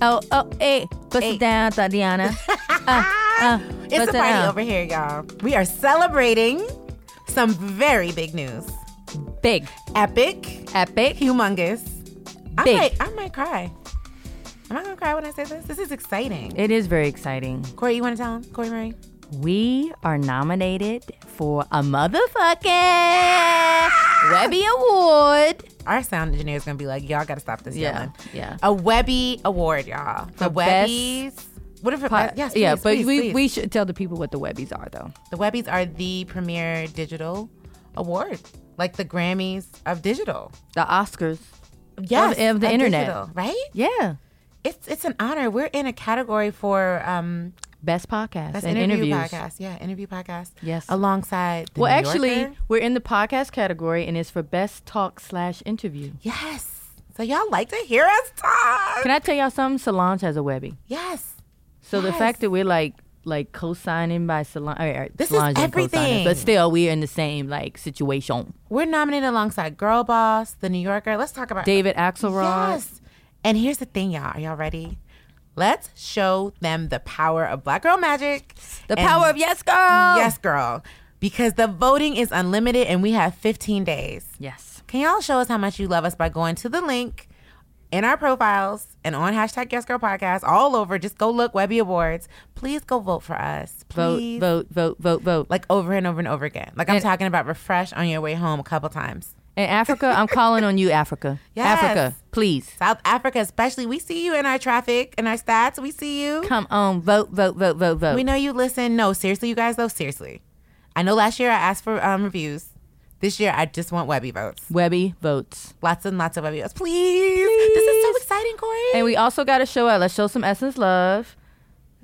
Oh, oh, hey, bust Hey. it down, Tatiana. Uh, uh, Ah. It's bust it a party down. over here, y'all. We are celebrating some very big news. Big, Epic, epic. humongous. I Big. might, I might cry. Am I gonna cry when I say this? This is exciting. It is very exciting. Corey, you want to tell him? Corey Murray. We are nominated for a motherfucking Webby Award. Our sound engineer is gonna be like, y'all gotta stop this yelling. yeah. A Webby Award, y'all. The For best Webbies. What if it? Pot- yes, yeah, please, but please, we, please. we should tell the people what the Webbies are, though. The Webbies are the premier digital award, like the Grammys of digital. The Oscars. Yes, of the internet. digital, right? Yeah. It's it's an honor. We're in a category for um Best podcast that's and interview interviews. podcast. Yeah, interview podcast. Yes. alongside. The Well, New actually, Yorker. we're in the podcast category, and it's for best talk slash interview. yes. So y'all like to hear us talk? Can I tell y'all something? Solange has a Webby. yes. So the Yes. fact that we're like like co-signing by Solange, all right, all right, This is Solange didn't co-sign it, everything. but still we're in the same like situation. We're nominated alongside Girl Boss, The New Yorker. Let's talk about David Axelrod. Yes. And here's the thing, y'all. Are y'all ready? Let's show them the power of Black Girl Magic. The and power of yes, girl. Yes, girl. Because the voting is unlimited and we have 15 days. Yes. Can y'all show us how much you love us by going to the link in our profiles and on hashtag Yes Girl Podcast all over? Just go look Webby Awards. Please go vote for us. Vote, Please. vote, vote, vote, vote. Like over and over and over again. Like I'm And- talking about refresh on your way home a couple times. In Africa, I'm calling on you, Africa. Yes. Africa, please South Africa, especially, we see you in our traffic and our stats. We see you. come on, vote, vote, vote, vote, vote. We know you listen. No, seriously, you guys, though, seriously. I know last year I asked for um, reviews. This year I just want Webby votes. Webby votes, Lots and lots of Webby votes. Please. This is so exciting, Corey. and we also got to show out. Let's show some Essence love.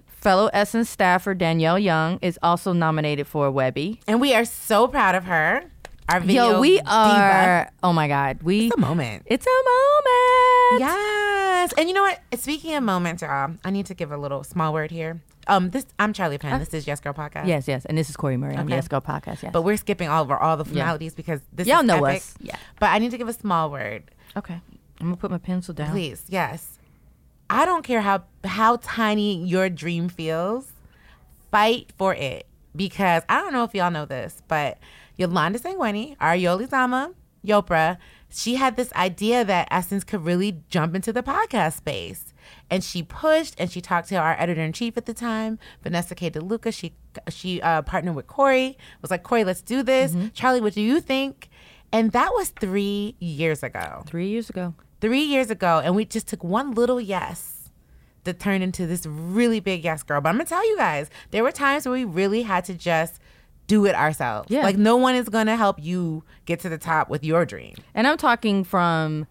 Fellow Essence staffer Danielle Young is also nominated for a Webby. and we are so proud of her. Our video Yo, we diva. are. Oh my God, we. It's a moment. It's a moment. Yes. And you know what? Speaking of moments, y'all, I need to give a little small word here. Um, this I'm Charlie Penn. This is Yes Girl Podcast. Yes, yes. And this is Corey Murray on the Okay. Yes Girl podcast. Yes. But we're skipping all over all the formalities because this Y'all is know epic. us. Yeah. But I need to give a small word. okay. I'm gonna put my pencil down. Please, yes. I don't care how how tiny your dream feels. Fight for it because I don't know if y'all know this, but Yolanda Sanguini, our Yolizama Yopra, she had this idea that Essence could really jump into the podcast space. And she pushed and she talked to our editor in chief at the time, Vanessa K. DeLuca. She she uh, partnered with Corey, was like, Corey, let's do this. Charlie, what do you think? And that was three years ago Three years ago. three years ago, and we just took one little yes that turned into this really big yes, girl. But I'm gonna tell you guys, there were times where we really had to just do it ourselves. Yeah. Like no one is gonna help you get to the top with your dream. And I'm talking from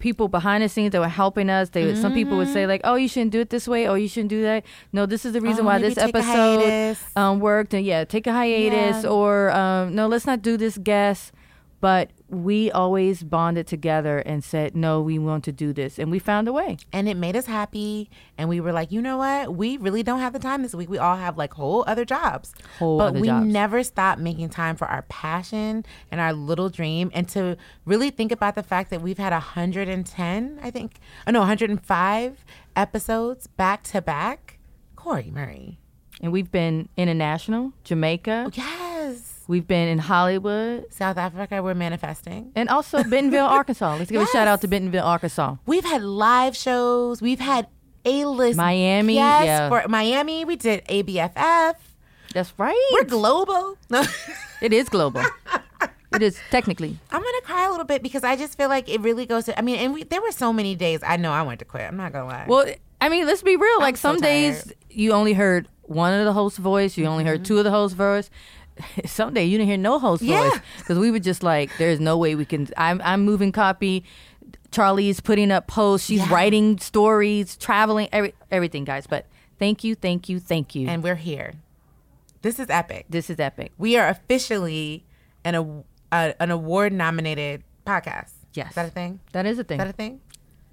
people behind the scenes that were helping us. They would, some people would say like, "Oh, you shouldn't do it this way. Oh, you shouldn't do that." No, this is the reason Mm-hmm. Oh, why maybe this take a episode hiatus. um, worked. And yeah, take a hiatus Yeah. or um, no, let's not do this guest. But we always bonded together and said, "No, we want to do this," and we found a way. And it made us happy. And we were like, you know what? We really don't have the time this week. We all have like whole other jobs. Whole but other we jobs. never stopped making time for our passion and our little dream. And to really think about the fact that we've had 110, I think, oh no, 105 episodes back to back. Corey Murray. And we've been international, Jamaica. Yes. We've been in Hollywood. South Africa, we're manifesting. And also Bentonville, Arkansas. Let's give a shout out to Bentonville, Arkansas. We've had live shows. We've had A list. Miami, Yes. yeah. For Miami, we did ABFF. That's right. We're global. No. it is global. it is technically. I'm gonna cry a little bit because I just feel like it really goes to. I mean, and we, there were so many days I know I wanted to quit. I'm not gonna lie. Well, I mean, let's be real. Like so some days you only heard one of the host voice, you only Mm-hmm. heard two of the host voice. Someday you didn't hear no host Yeah. voice because we were just like, there's no way we can. I'm, I'm moving copy. Charlie's putting up posts. She's writing stories, traveling, every, everything, guys. But thank you, thank you, thank you. and we're here. This is epic. this is epic. We are officially an a, uh, an award nominated podcast. Yes. is that a thing? That is a thing. Is that a thing?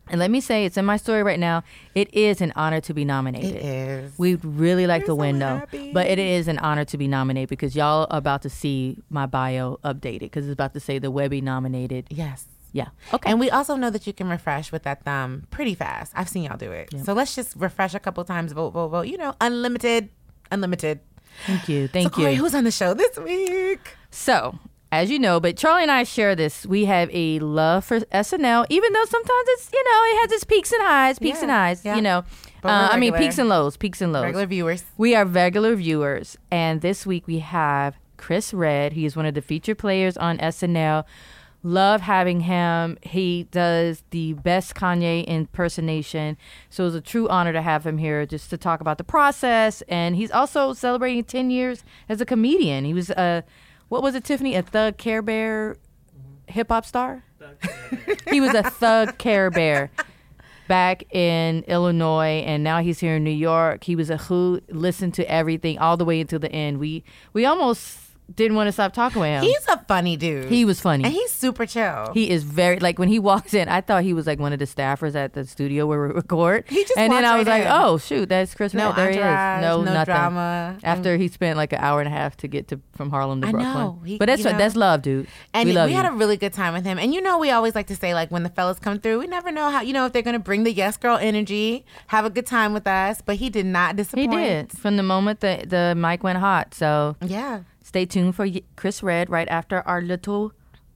And let me say, it's in my story right now. It is an honor to be nominated. It is. We'd really like We're the so win though, happy. but it is an honor to be nominated because y'all are about to see my bio updated because it's about to say the Webby nominated Yes. Yeah. Okay. And we also know that you can refresh with that thumb pretty fast. I've seen y'all do it. So let's just refresh a couple times, vote, vote, vote. You know, unlimited, unlimited. Thank you. So, Thank Corey, you. who's on the show this week? So, as you know, but Charlie and I share this. We have a love for SNL, even though sometimes it's you know it has its peaks and highs, peaks Yeah, and highs. yeah. You know, But we're Uh, I mean regular. peaks and lows, peaks and lows. Regular viewers. We are regular viewers, and this week we have Chris Red. He is one of the featured players on SNL. Love having him. He does the best Kanye impersonation. So it was a true honor to have him here just to talk about the process. And he's also celebrating 10 years as a comedian. He was, uh, what was it, Tiffany? A thug Care Bear hip hop star? he was a thug Care Bear back in Illinois, and now he's here in New York. He was a who listened to everything all the way until the end. We we almost didn't want to stop talking with him. He's a funny dude. Oh. he was funny. and he's super chill. He is very like when he walks in. I thought he was like one of the staffers at the studio where we record. He just and then walked I was right like, in. oh shoot, that's Chris. No Rock. there he entourage, is. No, no nothing. drama. After he spent like an hour and a half to get to from Harlem to I Brooklyn. know. He- but that's you what know. that's love, dude. and we love you. had a really good time with him. And you know, we always like to say, like, when the fellas come through, we never know how, you know, if they're going to bring the yes girl energy, have a good time with us. But he did not he disappoint. did from the moment that the mic went hot. So Yeah. Stay tuned for y- Chris Red right after our little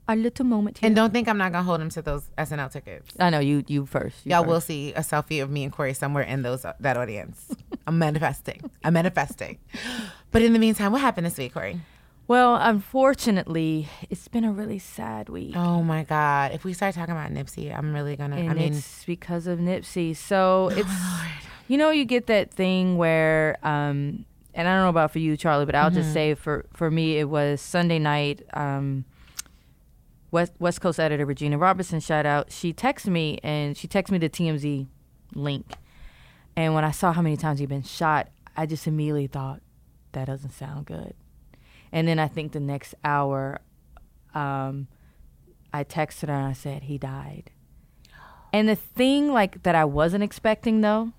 our little moment here. And don't think I'm not going to hold him to those SNL tickets. I know you you first. You Y'all first. will see a selfie of me and Corey somewhere in those that audience. I'm manifesting. I'm manifesting. But in the meantime, what happened this week, Corey? Well, unfortunately, it's been a really sad week. Oh my God! If we start talking about Nipsey, I'm really gonna. and I mean, it's because of Nipsey. So it's you know you get that thing where um and I don't know about for you Charlie, but I'll Mm-hmm. just say for for me it was Sunday night um West West Coast editor Regina Robertson shout out. She texted me and she texted me the TMZ link. And when I saw how many times he'd been shot, I just immediately thought that doesn't sound good. And then I think the next hour um I texted her and I said he died. And the thing like that I wasn't expecting though,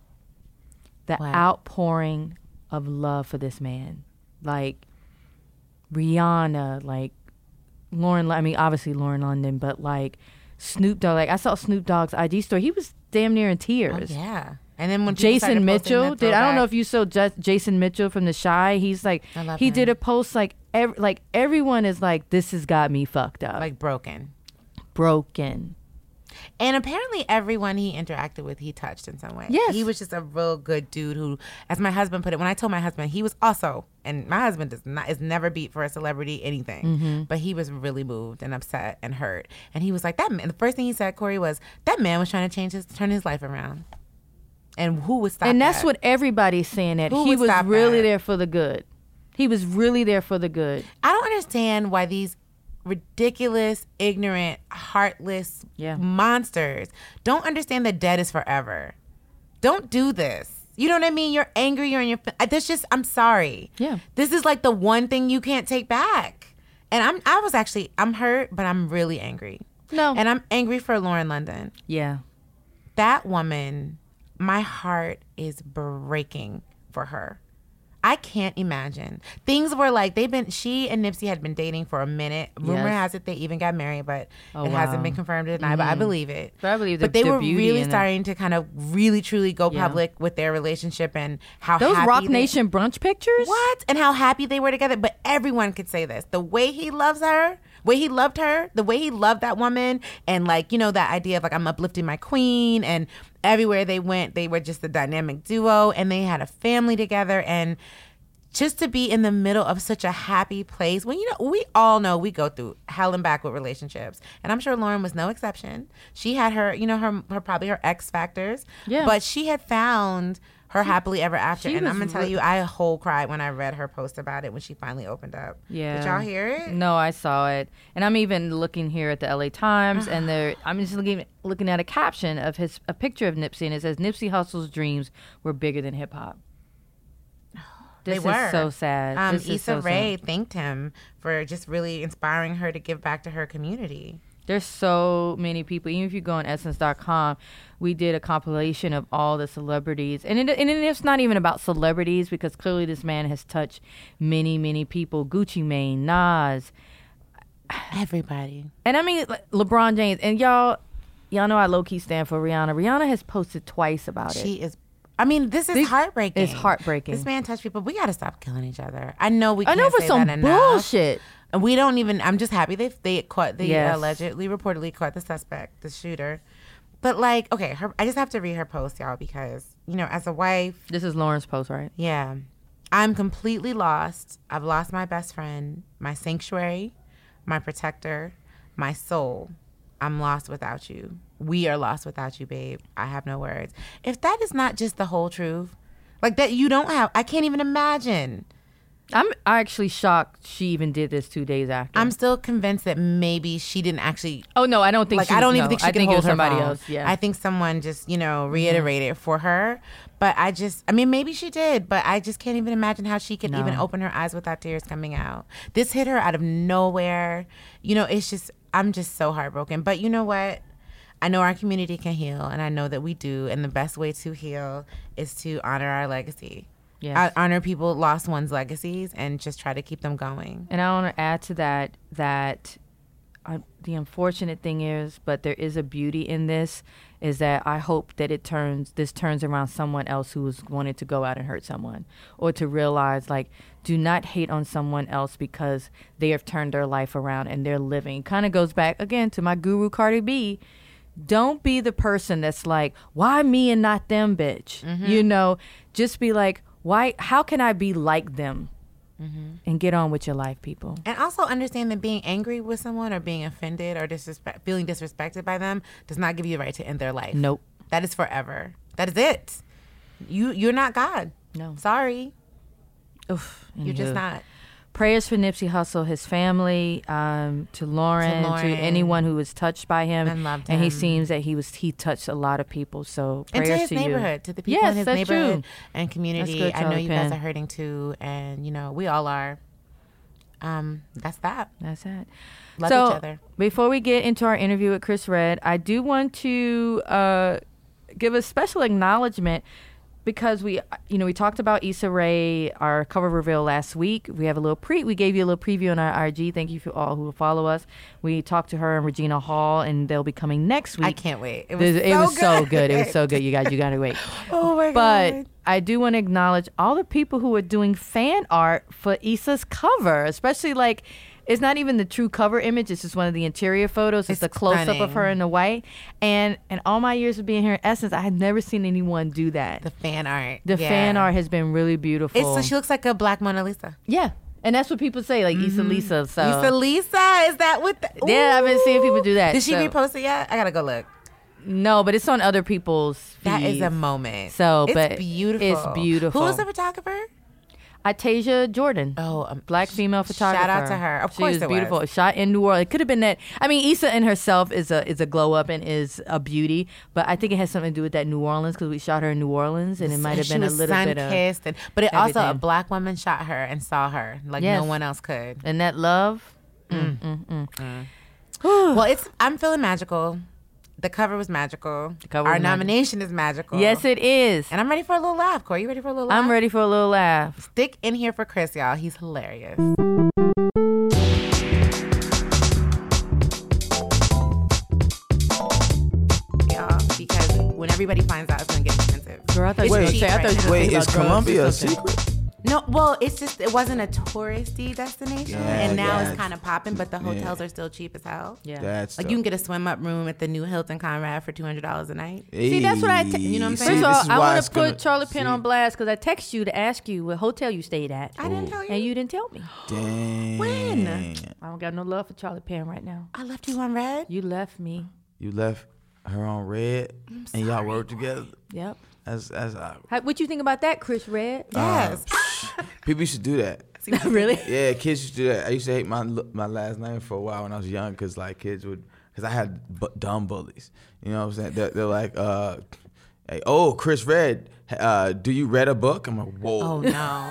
the What? outpouring of love for this man. Like Rihanna, like Lauren Lu- I mean obviously Lauren London, but like Snoop Dogg, like I saw Snoop Dogg's IG story. He was damn near in tears. oh, yeah. And then when people started Jason posting Mitchell the did. I don't know throwback- if you saw Ju- Jason Mitchell from The Shy. He's like I love he him. did a post like ev- like everyone is like this has got me fucked up, like like broken. broken. And apparently, everyone he interacted with, he touched in some way. Yes. He was just a real good dude who, as my husband put it, when I told my husband, he was also, and my husband does not is never beat for a celebrity anything, Mm-hmm. but he was really moved and upset and hurt. And he was like, that man, the first thing he said, Corey, was, that man was trying to change his, turn his life around. And who would stop and that's that? what everybody's saying that Who he would was stop really that? there for the good. He was really there for the good. I don't understand why these ridiculous, ignorant, heartless Yeah. monsters don't understand that debt is forever. Don't do this. You know what I mean? You're angry. You're in your. fe- That's just. I'm sorry. Yeah. This is like the one thing you can't take back. And I'm. I was actually. I'm hurt, but I'm really angry. No. And I'm angry for Lauren London. Yeah. That woman. My heart is breaking for her. I can't imagine. Things were like they've been. She and Nipsey had been dating for a minute. Rumor Yes. has it they even got married, but Oh, it wow. Mm-hmm. hasn't been confirmed or denied. But I believe it. But I believe But the- they the were beauty really in it. starting to kind of really truly go Yeah. public with their relationship and how Those happy Rock they- Nation brunch pictures? what and how happy they were together. But everyone could say this: the way he loves her, way he loved her, the way he loved that woman, and like you know that idea of like I'm uplifting my queen. And everywhere they went, they were just a dynamic duo, and they had a family together. And just to be in the middle of such a happy place, when you know we all know we go through hell and back with relationships, and I'm sure Lauren was no exception. She had her, you know, her, her probably her X factors, Yeah. But she had found. Her happily ever after, she and I'm was gonna tell re- you, I whole cried when I read her post about it when she finally opened up. Yeah. Did y'all hear it? No, I saw it, and I'm even looking here at the LA Times, and they're I'm just looking looking at a caption of his a picture of Nipsey, and it says Nipsey Hussle's dreams were bigger than hip hop. They This were. is so sad. Um, this Issa is so sad. Rae thanked him for just really inspiring her to give back to her community. There's so many people. Even if you go on Essence.com, we did a compilation of all the celebrities, and it, and it- it's not even about celebrities because clearly this man has touched many, many people. Gucci Mane, Nas. Everybody. And I mean like, LeBron James and y'all, y'all know I low key stand for Rihanna. Rihanna has posted twice about it. She is. I mean, this is This heartbreaking. is heartbreaking. This man touched people. We got to stop killing each other. I know we. I Can't know for say some that enough. bullshit. And we don't even. I'm just happy they they caught the Yes. allegedly reportedly caught the suspect, the shooter. But like, okay, her. I just have to read her post, y'all, because you know, as a wife, This is Lauren's post, right? yeah, I'm completely lost. I've lost my best friend, my sanctuary, my protector, my soul. I'm lost without you. We are lost without you, babe. I have no words. If that is not just the whole truth, like that you don't have, I can't even imagine. I'm actually shocked she even did this two days after. I'm still convinced that maybe she didn't actually oh no, I don't think. like she, I don't even no, think she I can think it hold was somebody her phone. else. Yeah, I think someone just you know reiterated it for her. But I just, I mean, maybe she did, but I just can't even imagine how she could even No. open her eyes without tears coming out. This hit her out of nowhere. You know, it's just, I'm just so heartbroken. But you know what? I know our community can heal, and I know that we do. And the best way to heal is to honor our legacy. Yes. Yeah, honor people lost one's legacies and just try to keep them going. And I want to add to that that uh, the unfortunate thing is, but there is a beauty in this, is that I hope that it turns this turns around someone else who has wanted to go out and hurt someone, or to realize like do not hate on someone else because they have turned their life around and they're living. Kind of goes back again to my guru Cardi B. Don't be the person that's like, why me and not them, bitch? You know, just be like, why? How can I be like them? And get on with your life, people. And also understand that being angry with someone or being offended or disrespect, feeling disrespected by them does not give you the right to end their life. Nope. That is forever. That is it. You you're not God. No. Sorry. Oof, You're just anywho. not. Prayers for Nipsey Hussle, his family, um, to Lauren, to, Lauren. anyone who was touched by him, And loved and he him. seems that he was he touched a lot of people. So And prayers to his to neighborhood, you. to the people yes, in his that's neighborhood True. and community. good, I know Charlie you guys Penn. are hurting too, and you know we all are. Um, that's that. That's it. Love so each other. before we get into our interview with Chris Red, I do want to uh, give a special acknowledgement because we, you know, we talked about Issa Rae, our cover reveal last week. We have a little pre, we gave you a little preview on our IG. Thank you for all who follow us. We talked to her and Regina Hall, and they'll be coming next week. I can't wait. It was, This- so, good. good. It was so good. You guys, you gotta wait. Oh my but god. I do want to acknowledge all the people who are doing fan art for Issa's cover, especially like it's not even the true cover image. It's just one of the interior photos. It's, It's a close up of stunning. her in the white. And and all my years of being here in Essence, I had never seen anyone do that. the fan art. The Yeah. fan art has been really beautiful. It's so she looks like a black Mona Lisa. yeah, and that's what people say, like Issa Mm-hmm. Lisa. So Lisa, Lisa, is that what? The, Yeah, I've been seeing people do that, Did she so- repost it yet? I gotta go look. no, but it's on other people's. That is feeds. a moment. So, it's but beautiful. it's beautiful. Who was the photographer? Atasia Jordan. Oh, um, black female photographer. Shout out to her. Of she course, was it beautiful. Was. Shot in New Orleans. It could have been that. I mean, Issa in herself is a is a glow up and is a beauty, but I think it has something to do with that New Orleans because we shot her in New Orleans and it might have She been a was little bit of sun-kissed and, but it also a everything. black woman shot her and saw her like Yes. no one else could. and that love. well, it's I'm feeling magical. The cover was magical. cover Our was magic. nomination is magical. Yes, it is. and I'm ready for a little laugh. Corey, you ready for a little laugh? I'm ready for a little laugh. Stick in here for Chris, y'all. He's hilarious. Y'all, because when everybody finds out, it's gonna get expensive. Girl, I thought It's you were gonna cheap say- I right thought you now. were Wait, Think is about drugs Colombia or a something. secret? No, well, it's just it wasn't a touristy destination, Yeah, and now yeah. it's kind of popping. But the hotels are still cheap as hell. Yeah. That's Like you can get a swim up room at the new Hilton Conrad for two hundred dollars a night. See, that's what I. Te- you know what I'm First saying? of See, all, I want to put Charlie Penn on blast because I text you to ask you what hotel you stayed at, I didn't tell you. and you didn't tell me. Dang. When? I don't got no love for Charlie Penn right now. I left you on red. You left me. You left her on red, and y'all worked together. Yep. That's that's awkward. How, what you think about that, Chris Red? Yes. Uh, um, people used to do that. really? Yeah, kids used to do that. I used to hate my l- my last name for a while when I was young because like kids would because I had bu- dumb bullies. You know what I'm saying? They're, they're like, uh, hey, oh, Chris Red, uh, do you read a book? I'm like, whoa, oh no.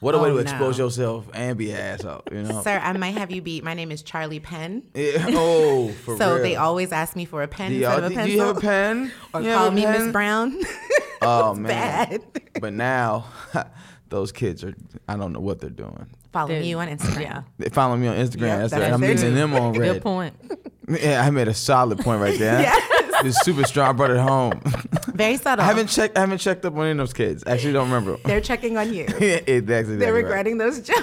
what a way oh, to no. expose yourself and be an asshole. You know? Sir, I might have you beat. My name is Charlie Penn. Yeah, oh, for so real. they always ask me for a pen do, y'all- instead of a do pencil. you have a pen? Or You have call a me Miss pen? Brown. Oh man. Bad. But now those kids are. I don't know what they're doing. Following Dude. you on Instagram. Yeah. They follow me on Instagram. Yeah, that's, that's right. I'm their using dude. them on Good red. point. Yeah, I made a solid point right there. It's super strong. I brought it home. Very subtle. I haven't checked. I haven't checked up on any of those kids. Actually, don't remember. They're checking on you. Yeah, exactly. They're right. regretting those jokes.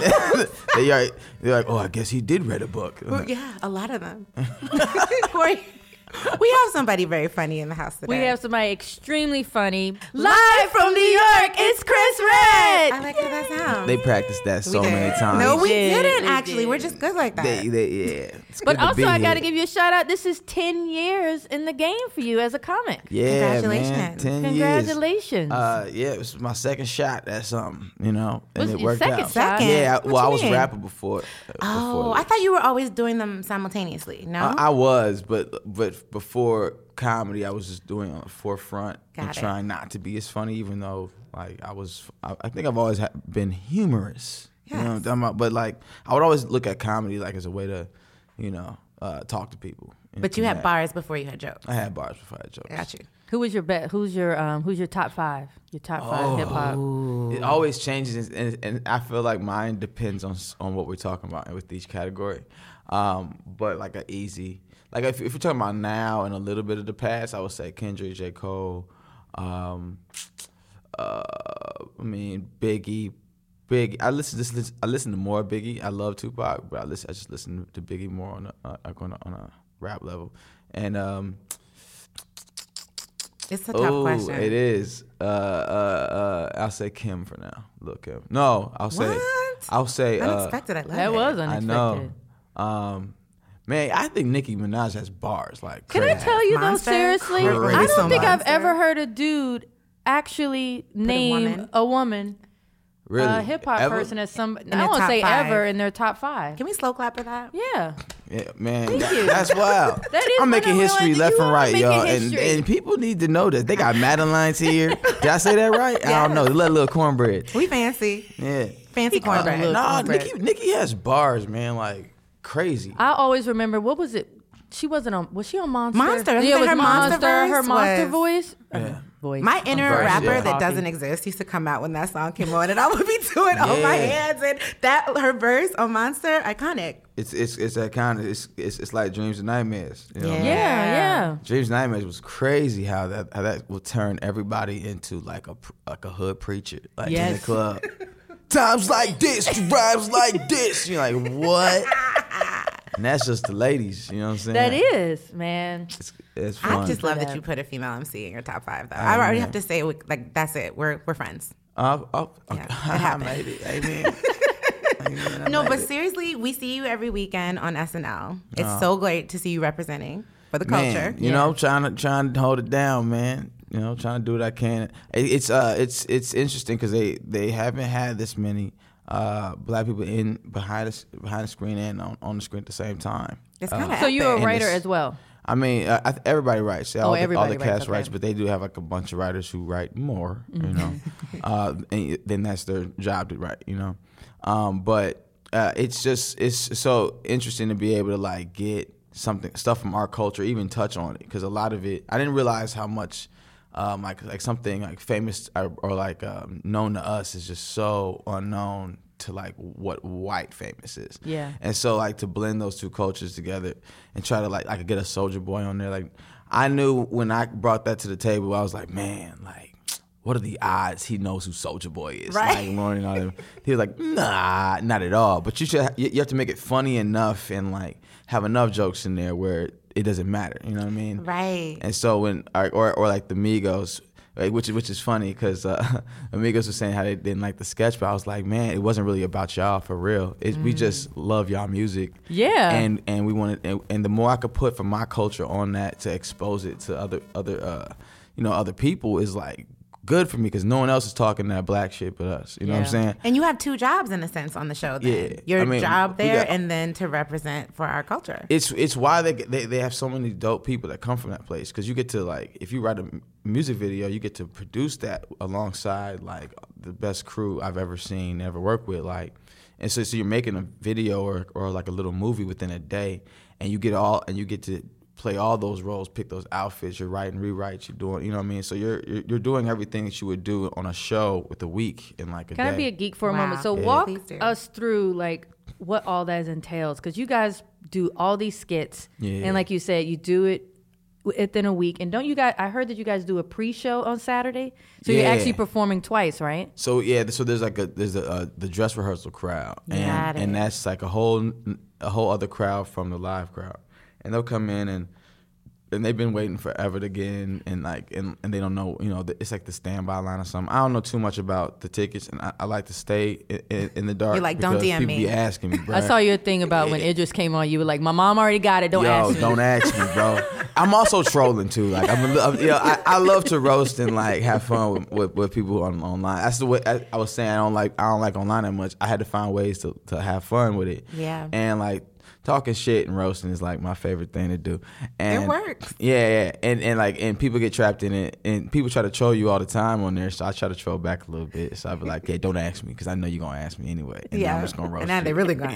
they are, they're like, oh, I guess he did read a book. Well, yeah, a lot of them. Corey, we have some. somebody very funny in the house today. We have somebody extremely funny. live from New York. It's Chris Red. I like how that sounds. They practiced that so did. many times. No, we did, didn't we actually. did. We're just good like that. They, they, yeah. It's good But to be also, I got to here. give you a shout out. This is 10 years in the game for you as a comic. yeah, man, Congratulations. ten years. Congratulations. Uh, yeah, it was my second shot at something, you know, and Was it your worked second out. shot? Yeah, I- What well, I you was mean? rapper before. uh, Oh, before I thought you were always doing them simultaneously. No, I, I was, but but before comedy, I was just doing it on the forefront and Got it. trying not to be as funny, even though like I was. I, I think I've always ha- been humorous. You know what I'm talking about? But like, I would always look at comedy like as a way to, you know, uh, talk to people. and But you had connect. bars before you had jokes. I had bars before I had jokes. got you. who was your bet? Who's your um? Who's your top five? Your top five hip hop. It always changes, and, and, and I feel like mine depends on s- on what we're talking about with each category. Um, but like a easy, like if, if we're talking about now and a little bit of the past, I would say Kendrick, J. Cole. Um, uh, I mean Biggie, Big. I listen just listen, I listen to more Biggie. I love Tupac, but I listen. I just listen to Biggie more on a, uh, like on a, on a rap level, and um, It's a tough Oh, question. it is. Uh, uh, uh, I'll say Kim for now. Look, Kim. No, I'll say. What? I'll say. Uh, Unexpected. I love That it. was I unexpected. know. Um, man, I think Nicki Minaj has bars. Like, Can I crazy. tell you Monster? though, seriously, Crazy I don't think I've monster. ever heard a dude actually name a woman? woman, a Really, hip hop Ever? person as some. their I won't top say five. ever in their top five. Can we slow clap for that? yeah, Yeah, man, that- that's wild. That is I'm what making I history realized, left you and are right, making y'all, and history. and people need to know that they got Madelines here. Did I say that right? I don't know. They let little cornbread. We fancy, Yeah. fancy cornbread. Little Nah, cornbread. Nicki, Nicki has bars, man. Like crazy. I always remember what was it? She wasn't on. Was she on Monster? Monster. I Yeah, it think was her Monster Monster. her voice Monster was- voice. Uh, Yeah. voice. My inner Verse, rapper yeah. that doesn't exist used to come out when that song came on, and I would be doing all my Yeah. hands and that her verse on Monster iconic. It's it's it's that kind of it's it's, it's like dreams and nightmares. You know what I mean? Yeah, yeah. Dreams and Nightmares was crazy how that how that will turn everybody into like a pr- like a hood preacher like in the Yes. club. Times like this, rhymes like this. You're like what? and that's just the ladies. You know what I'm saying? That is, man. It's, it's fun. I just love that that. you put a female MC in your top five, though. I already yeah. have to say, we- like, that's it. We're we're friends. Oh, oh, okay. it I happened. made it. Amen. Amen, I No, made but it. Oh. seriously, we see you every weekend on SNL. It's so great to see you representing for the man, culture. you know, trying to trying to hold it down, man. You know, trying to do what I can. It, it's uh, it's it's interesting because they they haven't had this many uh black people in behind us behind the screen and on, on the screen at the same time. It's kind Oh. of So you're a And writer it's- as well. I mean, uh, I th- everybody writes. Yeah, all, the, all Oh, everybody the writes, cast okay. Mm-hmm. writes, but they do have like a bunch of writers who write more, you know. uh, and then that's their job to write, you know. Um, but uh, it's just it's so interesting to be able to like get something stuff from our culture, even touch on it, because a lot of it I didn't realize how much. Um, like like something like famous or, or like um, known to us is just so unknown to like what white famous is. Yeah. And so like to blend those two cultures together and try to like I could get a soldier boy on there. Like I knew when I brought that to the table, I was like, man, like what are the odds he knows who Soldier Boy is? Right. Like, Lauren and all them. He was like, nah, not at all. But you should you you have to make it funny enough and like have enough jokes in there where it doesn't matter. You know what I mean? Right. And so when or or, or like the Migos. Like, which is- which is funny because uh, Amigos was saying how they didn't like the sketch, but I was like, man, it wasn't really about y'all for real. It, We just love y'all music, Mm. Yeah. And and we wanted, and, and the more I could put from my culture on that to expose it to other other uh, you know other people is like good for me because no one else is talking that black shit but us. You know what I'm Yeah. saying? And you have two jobs in a sense on the show. Then. Yeah, your I mean, job we there, got- and then to represent for our culture. it's it's why they, they they have so many dope people that come from that place because you get to like if you write a m- music video you get to produce that alongside like the best crew I've ever seen ever worked with like and so so you're making a video or or like a little movie within a day and you get all and you get to play all those roles, pick those outfits. You're writing rewrites. You're doing, you know what I mean. So you're you're, you're doing everything that you would do on a show with a week in like a Can day. I be a geek for a Wow. moment? So Yeah. walk Please do. us through like what all that entails, because you guys do all these skits, Yeah. and like you said, you do it within a week. And don't you guys? I heard that you guys do a pre-show on Saturday, so you're Yeah. actually performing twice, right? So yeah, so there's like a there's a, uh the dress rehearsal crowd, and Got it. and that's like a whole a whole other crowd from the live crowd, and they'll come in and and they've been waiting forever to get in, and like and, and they don't know you know the, it's like the standby line or something. I don't know too much about the tickets, and I, I like to stay in, in, in the dark. You're like, "Don't because DM people me." Be asking me, bro. I saw your thing about when Idris came on. You were like, "My mom already got it. Don't Yo, ask me." don't ask me, bro. I'm also trolling too. Like I'm, a li- I'm- yo, I, I love to roast and like have fun with, with, with people on online. That's the way I, I was saying. I don't like I don't like online that much. I had to find ways to, to have fun with it. Yeah. And like talking shit and roasting is like my favorite thing to do. And works. Yeah, yeah. And and like and people get trapped in it, and people try to troll you all the time on there. So I try to troll back a little bit. So I be like, yeah, don't ask me because I know you're gonna ask me anyway. And yeah. yeah. I'm just gonna and roast. now you. they really going.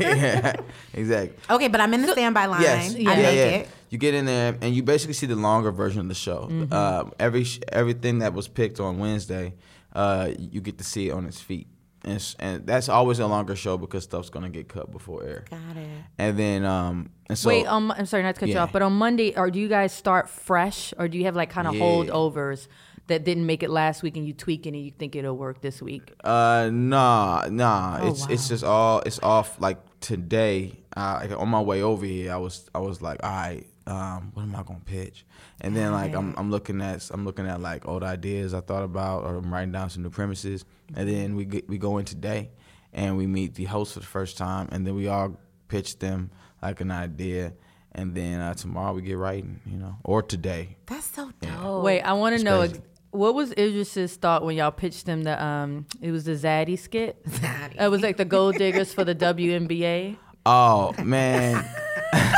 yeah, exactly. Okay, but I'm in the standby line. Yes, I yeah, make yeah. it. You get in there and you basically see the longer version of the show. Mm-hmm. Um, every sh- everything that was picked on Wednesday, uh, you get to see it on its feet, and, s- and that's always a longer show because stuff's gonna get cut before air. Got it. And then, um, and so Wait, um, I'm sorry not to cut you Yeah. off, but on Monday, or do you guys start fresh, or do you have like kind of Yeah. holdovers that didn't make it last week, and you tweak it and you think it'll work this week? Uh, nah, nah. it's wow. it's just all it's off. Like today, I, like, on my way over here, I was I was like, all right, um, what am I gonna pitch? And then like I'm I'm looking at I'm looking at like old ideas I thought about, or I'm writing down some new premises. And then we get, we go in today, and we meet the host for the first time, and then we all pitch them like an idea. And then uh, tomorrow we get writing, you know, or today. That's so dope. Wait, I want to know crazy. ex- what was Idris's thought when y'all pitched him the um it was the Zaddy skit. It was like the gold diggers for the WNBA. Oh man.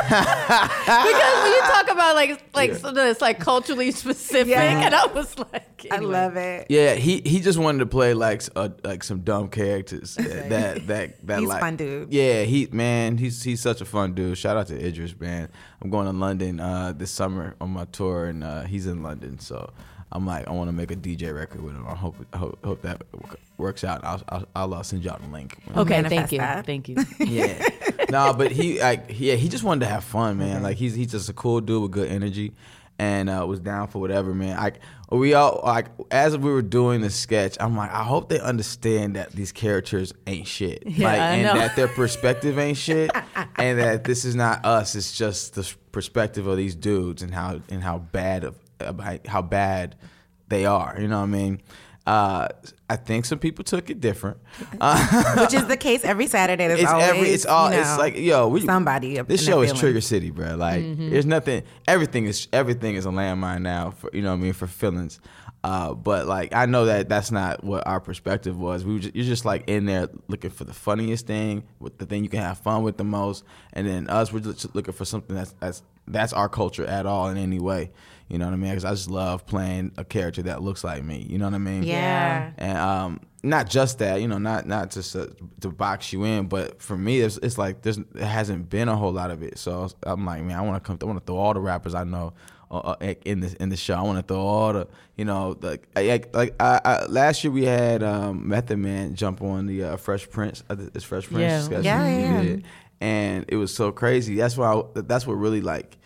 Because when you talk about like like something that's like culturally specific, Yeah. and I was like, I anyway. love it. Yeah, he, he just wanted to play like s- a, like some dumb characters. that that that, that He's like, fun dude. Yeah, he man, he's he's such a fun dude. Shout out to Idris, man. I'm going to London uh, this summer on my tour, and uh, he's in London, so I'm like I want to make a DJ record with him. I hope I hope, hope that works out. I'll I'll, I'll uh, send y'all the link. Okay, Manifest thank you, that. thank you. Yeah. no, but he like yeah, he just wanted to have fun, man. Mm-hmm. Like he's he's just a cool dude with good energy and uh, was down for whatever, man. Like we all like as we were doing the sketch, I'm like, I hope they understand that these characters ain't shit. like I and know. that their perspective ain't shit and that this is not us, it's just the perspective of these dudes and how and how bad of about how bad they are, you know what I mean? Uh, I think some people took it different. Which is the case every Saturday. There's It's always, every. It's all. you know, it's like yo. We, somebody up This in show that is feeling. Trigger City, bro. Like there's nothing. Everything is everything is a landmine now. For you know what I mean for feelings. Uh, but like I know that that's not what our perspective was. We were just, you're just like in there looking for the funniest thing, with the thing you can have fun with the most, and then us we're just looking for something that's that's that's our culture at all in any way. You know what I mean? 'Cause I just love playing a character that looks like me. You know what I mean? Yeah. and um, not just that, you know, not not just uh, to box you in, but for me, it's, it's like there's there hasn't been a whole lot of it. So I'm like, man, I want to come, I want to throw all the rappers I know uh, uh, in this in the show. I want to throw all the, you know, like I- like, like I, I, last year we had um, Method Man jump on the uh, Fresh Prince, uh, this Fresh Prince Yeah. discussion Yeah, we yeah. did. and it was so crazy. That's why I- that's what really like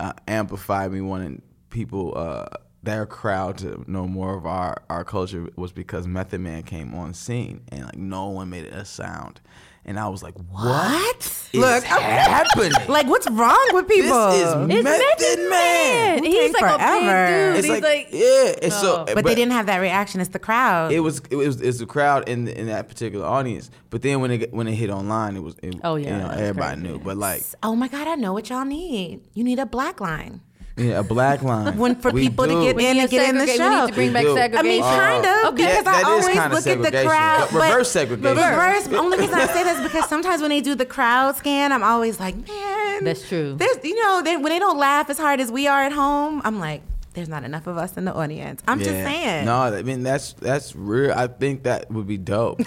uh, amplified me wanting people. Uh, their crowd to know more of our, our culture was because Method Man came on scene and like no one made a sound. And I was like, what is Look, I'm- happening? Like, what's wrong with this people? is Method, It's Man. Man. We He's take like forever. a big dude. It's He's like, like, yeah. And so, but, they didn't have that reaction. It's the crowd. It was it was it's the crowd in in that particular audience. But then when it when it hit online, it was it, Oh, oh yeah, yeah, you know, that's everybody crazy. knew. But like oh my God, I know what y'all need. You need a black line. yeah, a black line When- for We people to do. get in- we need and to in the segregate- We show. need to bring We back do. I I mean, segregation. mean, kind of, okay. because That- that I is always kinda look at the segregation. crowd. But but- reverse segregation. Reverse. only reason I say that is because sometimes when they do the crowd scan, I'm always like, man, That's true. There's, you know, they, when they don't laugh as hard as we are at home, I'm like, there's not enough of us in the audience. I'm just Yeah. saying. No, I mean that's that's real. I think that would be dope.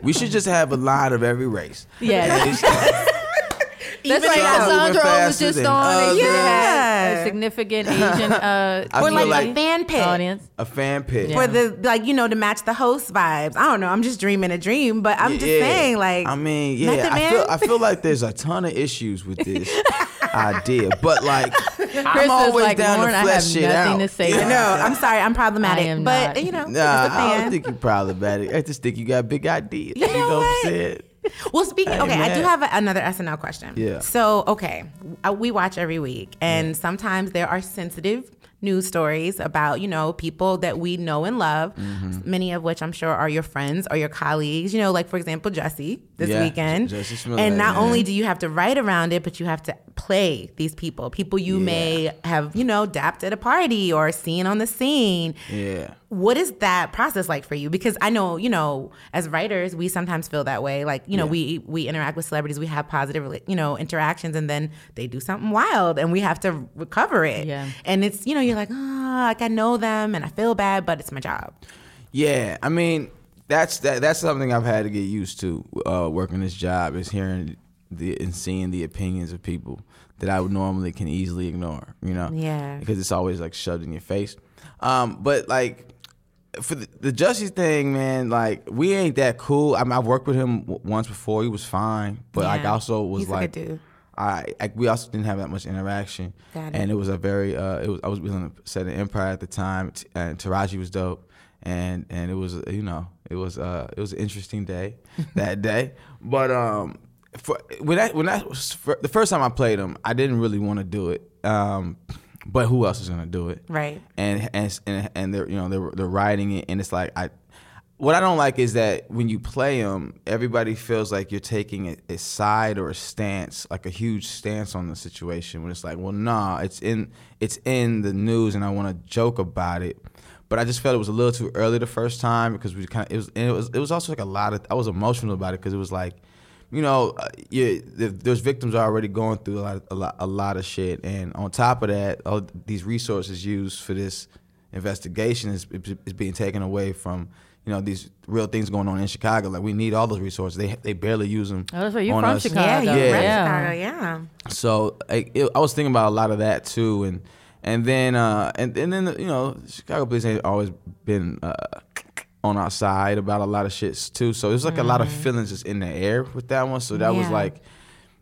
we should just have a line of every race. Yeah. And it's- That's even like it out. Moving Cassandra Owens faster just than on. others. and she had Yeah. A significant Asian. Uh, I Or feel like, like- a fan pick. audience. A fan pick. Yeah. For the like, you know, to match the host vibes. I don't know. I'm just dreaming a dream, but I'm just Yeah. saying, like, I mean, yeah, Method I Man? feel, I feel like there's a ton of issues with this idea, but like, Chris I'm always is like, down Warren, to I flesh have shit nothing out. to say. I about know. that. I'm sorry, I'm problematic, I am but not. you know, Nah, it's a I fan. don't think you're problematic. I just think you got big ideas. You know, know what I'm what? saying? Well, speaking. Hey, Okay, I do man. have a, another SNL question. Yeah. So, okay, uh, we watch every week, and sometimes there are sensitive news stories about you know people that we know and love, Mm-hmm. many of which I'm sure are your friends or your colleagues. You know, like for example, Jesse this Yeah, weekend. J- Jussie Smollett, and not man. only do you have to write around it, but you have to play these people, people you Yeah. may have you know dapped at a party or seen on the scene Yeah. what is that process like for you because i know you know as writers we sometimes feel that way like you know Yeah. we we interact with celebrities we have positive rela- you know interactions and then they do something wild and we have to recover it Yeah. and it's you know you're like ah like i know them and i feel bad but it's my job Yeah, I mean that's that, that's something I've had to get used to uh, working this job is hearing the and seeing the opinions of people that I would normally can easily ignore. You know, Yeah. because it's always like shoved in your face. Um, but like for the, the Justice thing, man, like we ain't that cool. I mean, I've worked with him w- once before; he was fine, but like Yeah. also was He's a like. good dude. I, I we also didn't have that much interaction, Got it. and it was a very uh, it was I was on the set of Empire at the time, t- and Taraji was dope, and and it was you know it was uh it was an interesting day that day, but um for, when I when I was, for, the first time I played him, I didn't really want to do it, um, but who else is gonna do it, Right. and and and, and they're you know they're they're writing it, and it's like I. What I don't like is that when you play them, everybody feels like you're taking a, a side or a stance, like a huge stance on the situation. When it's like, well, nah, it's in it's in the news, and I want to joke about it. But I just felt it was a little too early the first time because we kind of it was and it was it was also like a lot of I was emotional about it because it was like you know, uh, yeah, th- those victims are already going through a lot, a lot, a lot of shit, and on top of that, all these resources used for this investigation is, is being taken away from, you know, these real things going on in Chicago. Like we need all those resources. They they barely use them. Oh, that's right. You're on from us. Chicago. yeah you're Uh, Yeah. right, Yeah. Chicago, yeah So I, it, I was thinking about a lot of that too, and and then uh, and and then you know Chicago police ain't always been uh, on our side about a lot of shits too. So there's like a lot of feelings just in the air with that one. So that was Yeah. like.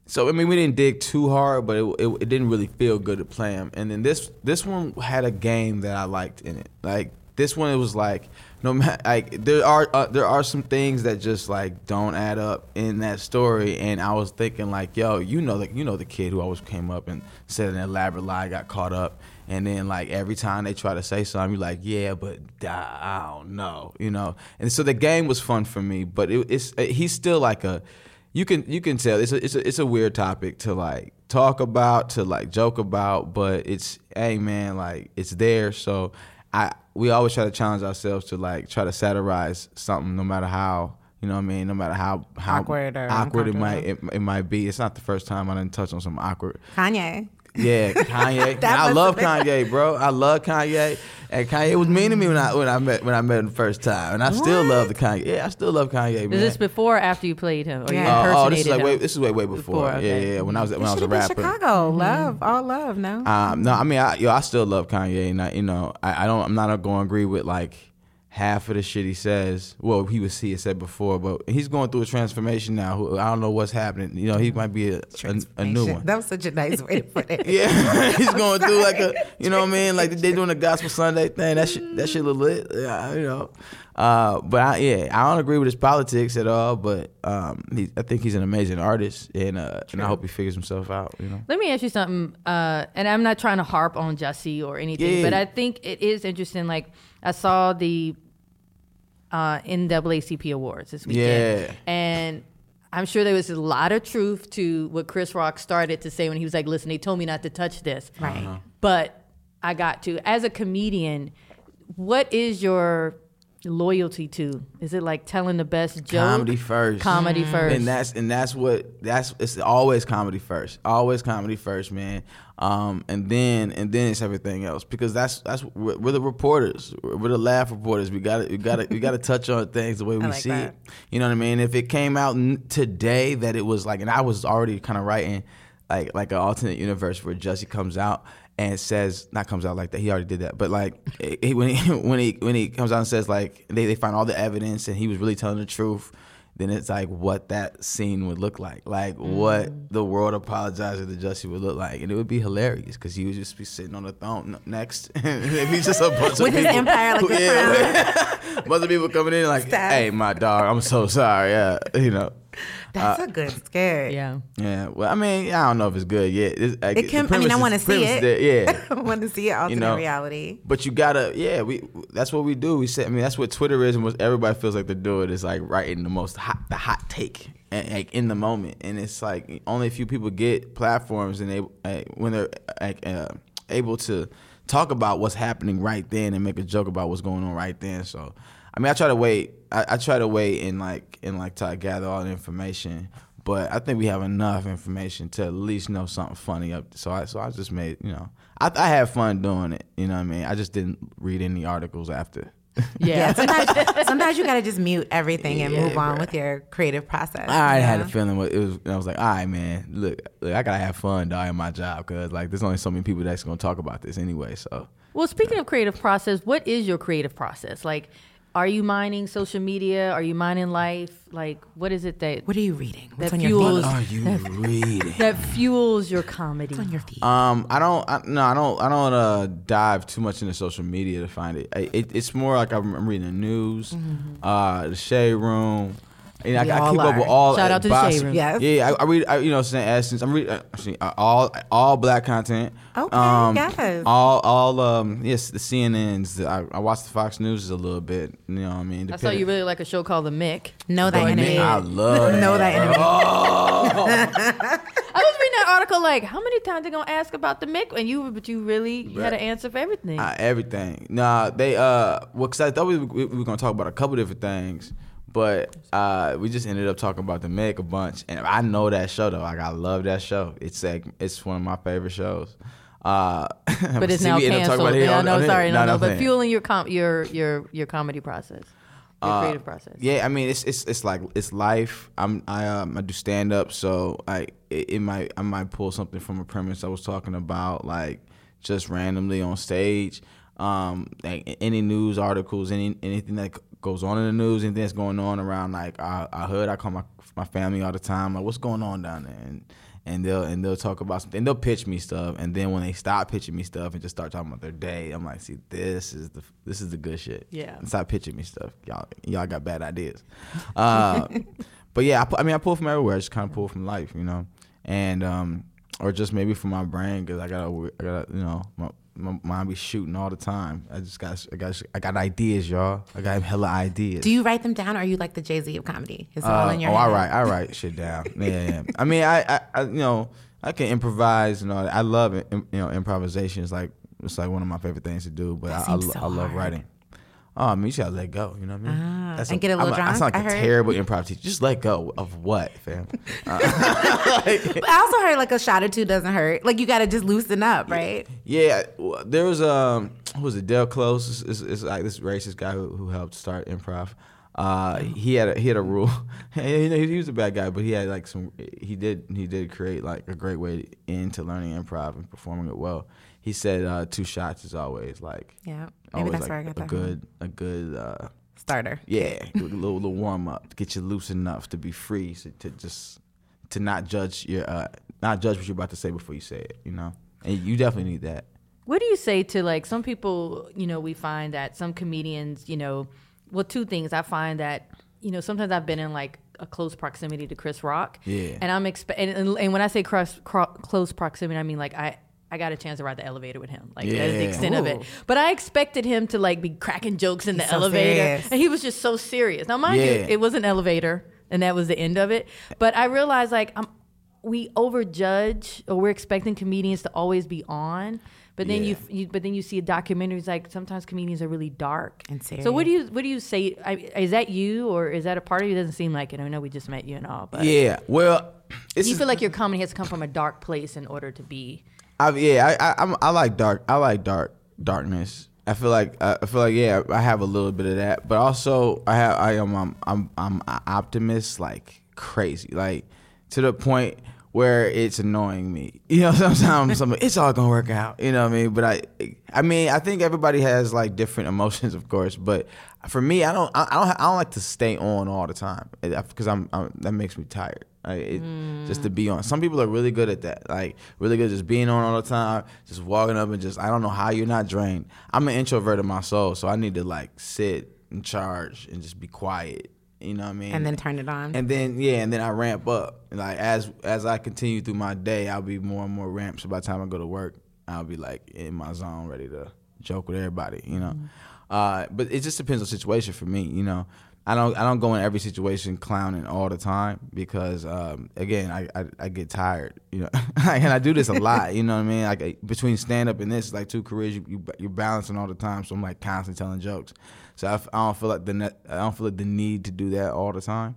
So I mean, we didn't dig too hard, but it, it, it didn't really feel good to play them. And then this this one had a game that I liked in it. Like this one, it was like no matter like there are uh, there are some things that just like don't add up in that story. And I was thinking like, yo, you know, like you know the kid who always came up and said an elaborate lie, got caught up, and then like every time they try to say something, you're like, yeah, but uh, I don't know, you know. And so the game was fun for me, but it, it's uh, he's still like a you can you can tell it's a, it's a it's a weird topic to like talk about to like joke about but it's hey man like it's there so i we always try to challenge ourselves to like try to satirize something no matter how you know what i mean no matter how how Awkward or awkward it uncomfortable. might it, it might be it's not the first time i didn't touch on some awkward kanye yeah, Kanye. And I must've love been- Kanye, bro. I love Kanye, and Kanye was mean to me when I when I met when I met him the first time, and I still love the Kanye. Yeah, I still love Kanye. Man. Is this before or after you played him? Or Yeah. you Oh, oh, this is impersonated like way, him? this is way way before. Before, Yeah, okay. yeah, yeah. When I was when I was a Should've been rapper. chicago love all love no Um, no, I mean, I, yo, I still love Kanye, and I, you know, I, I don't, I'm not going to agree with like half of the shit he says. Well, he was he had said before, but he's going through a transformation now. Who I don't know what's happening. You know, he might be a, a, a new one. Uh, that was such a nice way to put it Yeah, he's going through like a, you know what I mean? Like they doing the gospel Sunday thing. That shit, that shit look lit. Yeah, you know. Uh, but I, yeah, I don't agree with his politics at all. But um, he, I think he's an amazing artist, and uh, and I hope he figures himself out. You know. Let me ask you something, uh, and I'm not trying to harp on Jesse or anything, Yeah. but I think it is interesting. Like I saw the uh, NAACP awards this weekend, Yeah. and I'm sure there was a lot of truth to what Chris Rock started to say when he was like, "Listen, they told me not to touch this, Right. Uh-huh. But I got to. As a comedian, what is your loyalty to? Is it like telling the best joke? Comedy first. Comedy first. And that's and that's what that's it's always comedy first. Always comedy first, man. Um, and then and then it's everything else because that's that's we're, we're the reporters. We're, we're the laugh reporters. We got to we got to we got to touch on things the way we like see that. it. You know what I mean? If it came out n- today that it was like, and I was already kind of writing like like an alternate universe where Jussie comes out and says not comes out like that. He already did that, but like it- he, when he when he when he comes out and says like they, they find all the evidence and he was really telling the truth. Then it's like what that scene would look like, like Mm. what the world apologizing to Jussie would look like, and it would be hilarious because he would just be sitting on the throne n- next, and it'd be just a bunch of With his people, empire, like, the yeah, like, bunch of people coming in like, hey, my dog, I'm so sorry, yeah, you know, That's a good skit. Yeah. yeah. Well, I mean, I don't know if it's good yet. It's, It can- I mean, I wanna see it. Yeah. I want to see it alternate know, reality. But you gotta, yeah. We that's what we do. We say, I mean, that's what Twitter is, and what everybody feels like they're doing is like writing the most hot, the hot take, and, like in the moment. And it's like only a few people get platforms, and they uh, when they're like, uh, able to talk about what's happening right then and make a joke about what's going on right then. So, I mean, I try to wait. I, I try to wait and like and like to gather all the information. But I think we have enough information to at least know something funny up. So I so I just made you know I I had fun doing it. You know what I mean. I just didn't read any articles after. Yeah. sometimes, sometimes you gotta just mute everything and Yeah, move on bruh. with your creative process. I already had a feeling what it was. and I was like, all right, man, look, look I gotta have fun dog in my job because like there's only so many people that's gonna talk about this anyway. So Well, speaking of creative process, what is your creative process? Like, are you mining social media? Are you mining life? Like, what is it that What are you reading? What's That on your fuels- feed? Are you reading? that fuels your comedy? What's on your feed? Um, I don't. I, no, I don't. I don't uh, dive too much into social media to find it. I, it it's more like I'm, I'm reading the news, uh, the shade room. You know, I, Mm-hmm. We I all keep up are. with all. Shout out to The Shade Boss- Room. Yes. Yeah, I, I read. I, you know, saying essence. I'm reading actually, uh, all all black content. Okay, Um, yes. All all um yes the CNNs. the- I, I watch the Fox News a little bit. You know, what I mean. I saw you really like a show called The Mick. Know But that enemy. man, I love Oh, Know that enemy. I was reading that article like, how many times they gonna ask about the Mick? And you, but you really you had an answer for everything. Uh, everything. Nah, they uh, well, cause I thought we, we, we were gonna talk about a couple different things, but uh, we just ended up talking about the Meg a bunch, and I know that show though. Like I love that show. It's like it's one of my favorite shows. Uh, but it's now canceled. No, no, sorry, no, no. But fuel. fueling your com- your your your comedy process, your creative process. Yeah, I mean it's it's it's like it's life. I'm I um I do stand up, so I it, it might I might pull something from a premise I was talking about, like just randomly on stage. Um, like any news articles, any anything that goes on in the news, anything that's going on around like our, our hood. I call my my family all the time, like what's going on down there, and and they'll and they'll talk about something. They'll pitch me stuff, and then when they stop pitching me stuff and just start talking about their day, I'm like, see, this is the this is the good shit. Yeah. Stop pitching me stuff. Y'all, y'all got bad ideas. Uh, but yeah, I, pu- I mean, I pull from everywhere. I just kind of pull from life, you know, and um, or just maybe from my brain because I got, to I got, to you know, my, my mind be shooting all the time. I just got, I got, I got ideas, y'all. I got hella ideas. Do you write them down, or are you like the Jay Z of comedy? It's all Uh, in your oh, head. I write, I write shit down. Yeah, yeah. I mean, I, I, I, you know, I can improvise and all that. I love, it, you know, improvisation is like it's like one of my favorite things to do. But I, I, seems lo- so I love hard. Ah, writing. Oh, I mean, you just gotta let go. You know what I mean? That's and get a little I'm I drunk, sound like I a heard. terrible improv teacher. Just let go of what, fam? But I also heard like a shot or two doesn't hurt. Like you got to just loosen up, right? Yeah, well, there was um, who was it? Dale Close is, is, is like this racist guy who, who helped start improv. Oh. Uh, he had a, he had a rule. he, he was a bad guy, but he had like some. He did he did create like a great way into learning improv and performing it well. He said uh, two shots is always like Yeah. Maybe always that's like where I got a that. from. good a good uh, Starter. yeah a little, little warm up to get you loose enough to be free so, to just to not judge your uh, not judge what you're about to say before you say it. You know, and you definitely need that. What do you say to like some people? You know, we find that some comedians, you know, well, two things. I find that you know sometimes I've been in like a close proximity to Chris Rock, Yeah. and I'm expe- and, and, and when I say cross, cro- close proximity, I mean like I. I got a chance to ride the elevator with him. Like that's the Yeah. extent of it. But I expected him to like be cracking jokes in the so elevator, serious. and he was just so serious. Now, mind you, Yeah. it was an elevator, and that was the end of it. But I realized like I'm, we overjudge, or we're expecting comedians to always be on. But then you, Yeah. you, but then you see documentaries like sometimes comedians are really dark And So what do you what do you say? I, is that you, or is that a part of you? It doesn't seem like it. I know we just met you and all, but Yeah. Well, it's do you feel like your comedy has come from a dark place in order to be? I've, yeah. I, I I'm, I like dark. I like dark darkness. I feel like uh, I feel like yeah. I have a little bit of that, but also I have I am I'm I'm, I'm an optimist like crazy like to the point where it's annoying me. You know, sometimes some it's all gonna work out. You know what I mean? But I, I mean, I think everybody has like different emotions, of course. But for me, I don't, I, I don't, I don't like to stay on all the time because I'm, I'm that makes me tired. Like, it, Just Mm. to be on. Some people are really good at that. Like really good, at just being on all the time, just walking up and just. I don't know how you're not drained. I'm an introvert in my soul, so I need to like sit and charge and just be quiet. You know what I mean? and then turn it Mm-hmm. on. and then yeah, and then I ramp up. And, Like as as I continue through my day, I'll be more and more ramped. So by the time I go to work, I'll be like in my zone, ready to joke with everybody. You know, uh, but it just depends on situation for me. You know, I don't I don't go in every situation clowning all the time because um, again I, I I get tired. You know, and I do this a lot. You know what I mean? Like I- between stand up and this, it's like two careers, you, you you're balancing all the time. So I'm like constantly telling jokes. So I, f- I don't feel like the ne- I don't feel like the need to do that all the time.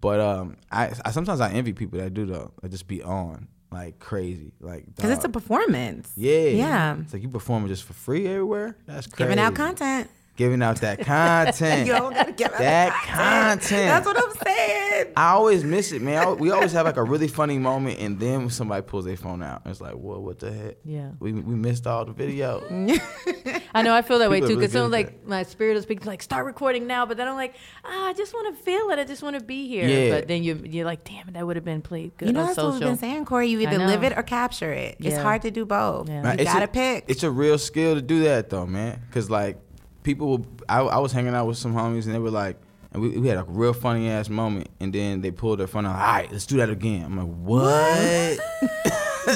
But um, I, I sometimes I envy people that do though. I just be on like crazy, like Because it's a dog. performance. uh, yeah, Yeah. It's like you performing just for free everywhere. That's crazy. Giving out content. Giving out that content. You don't gotta give out that content. content. That's what I'm saying. I always miss it, man. I- we always have like a really funny moment, and then somebody pulls their phone out. It's like, whoa, what the heck? Yeah. we we missed all the video. I know I feel that way People too. are really Because someone good at like my spirit is speaking, like start recording now, but then I'm like, ah, I just want to feel it. I just want to be here. Yeah. But then you you're like, damn it, that would have been played good You know on that's social. what we've been saying, Corey. You either know. live it or capture it. It's Yeah. hard to do both. Yeah. Nah, You it's gotta a, pick. It's a real skill to do that though, man. Cause like people will. I, I was hanging out with some homies and they were like, and we, we had a real funny ass moment, and then they pulled their phone out. All right, let's do that again. I'm like, what?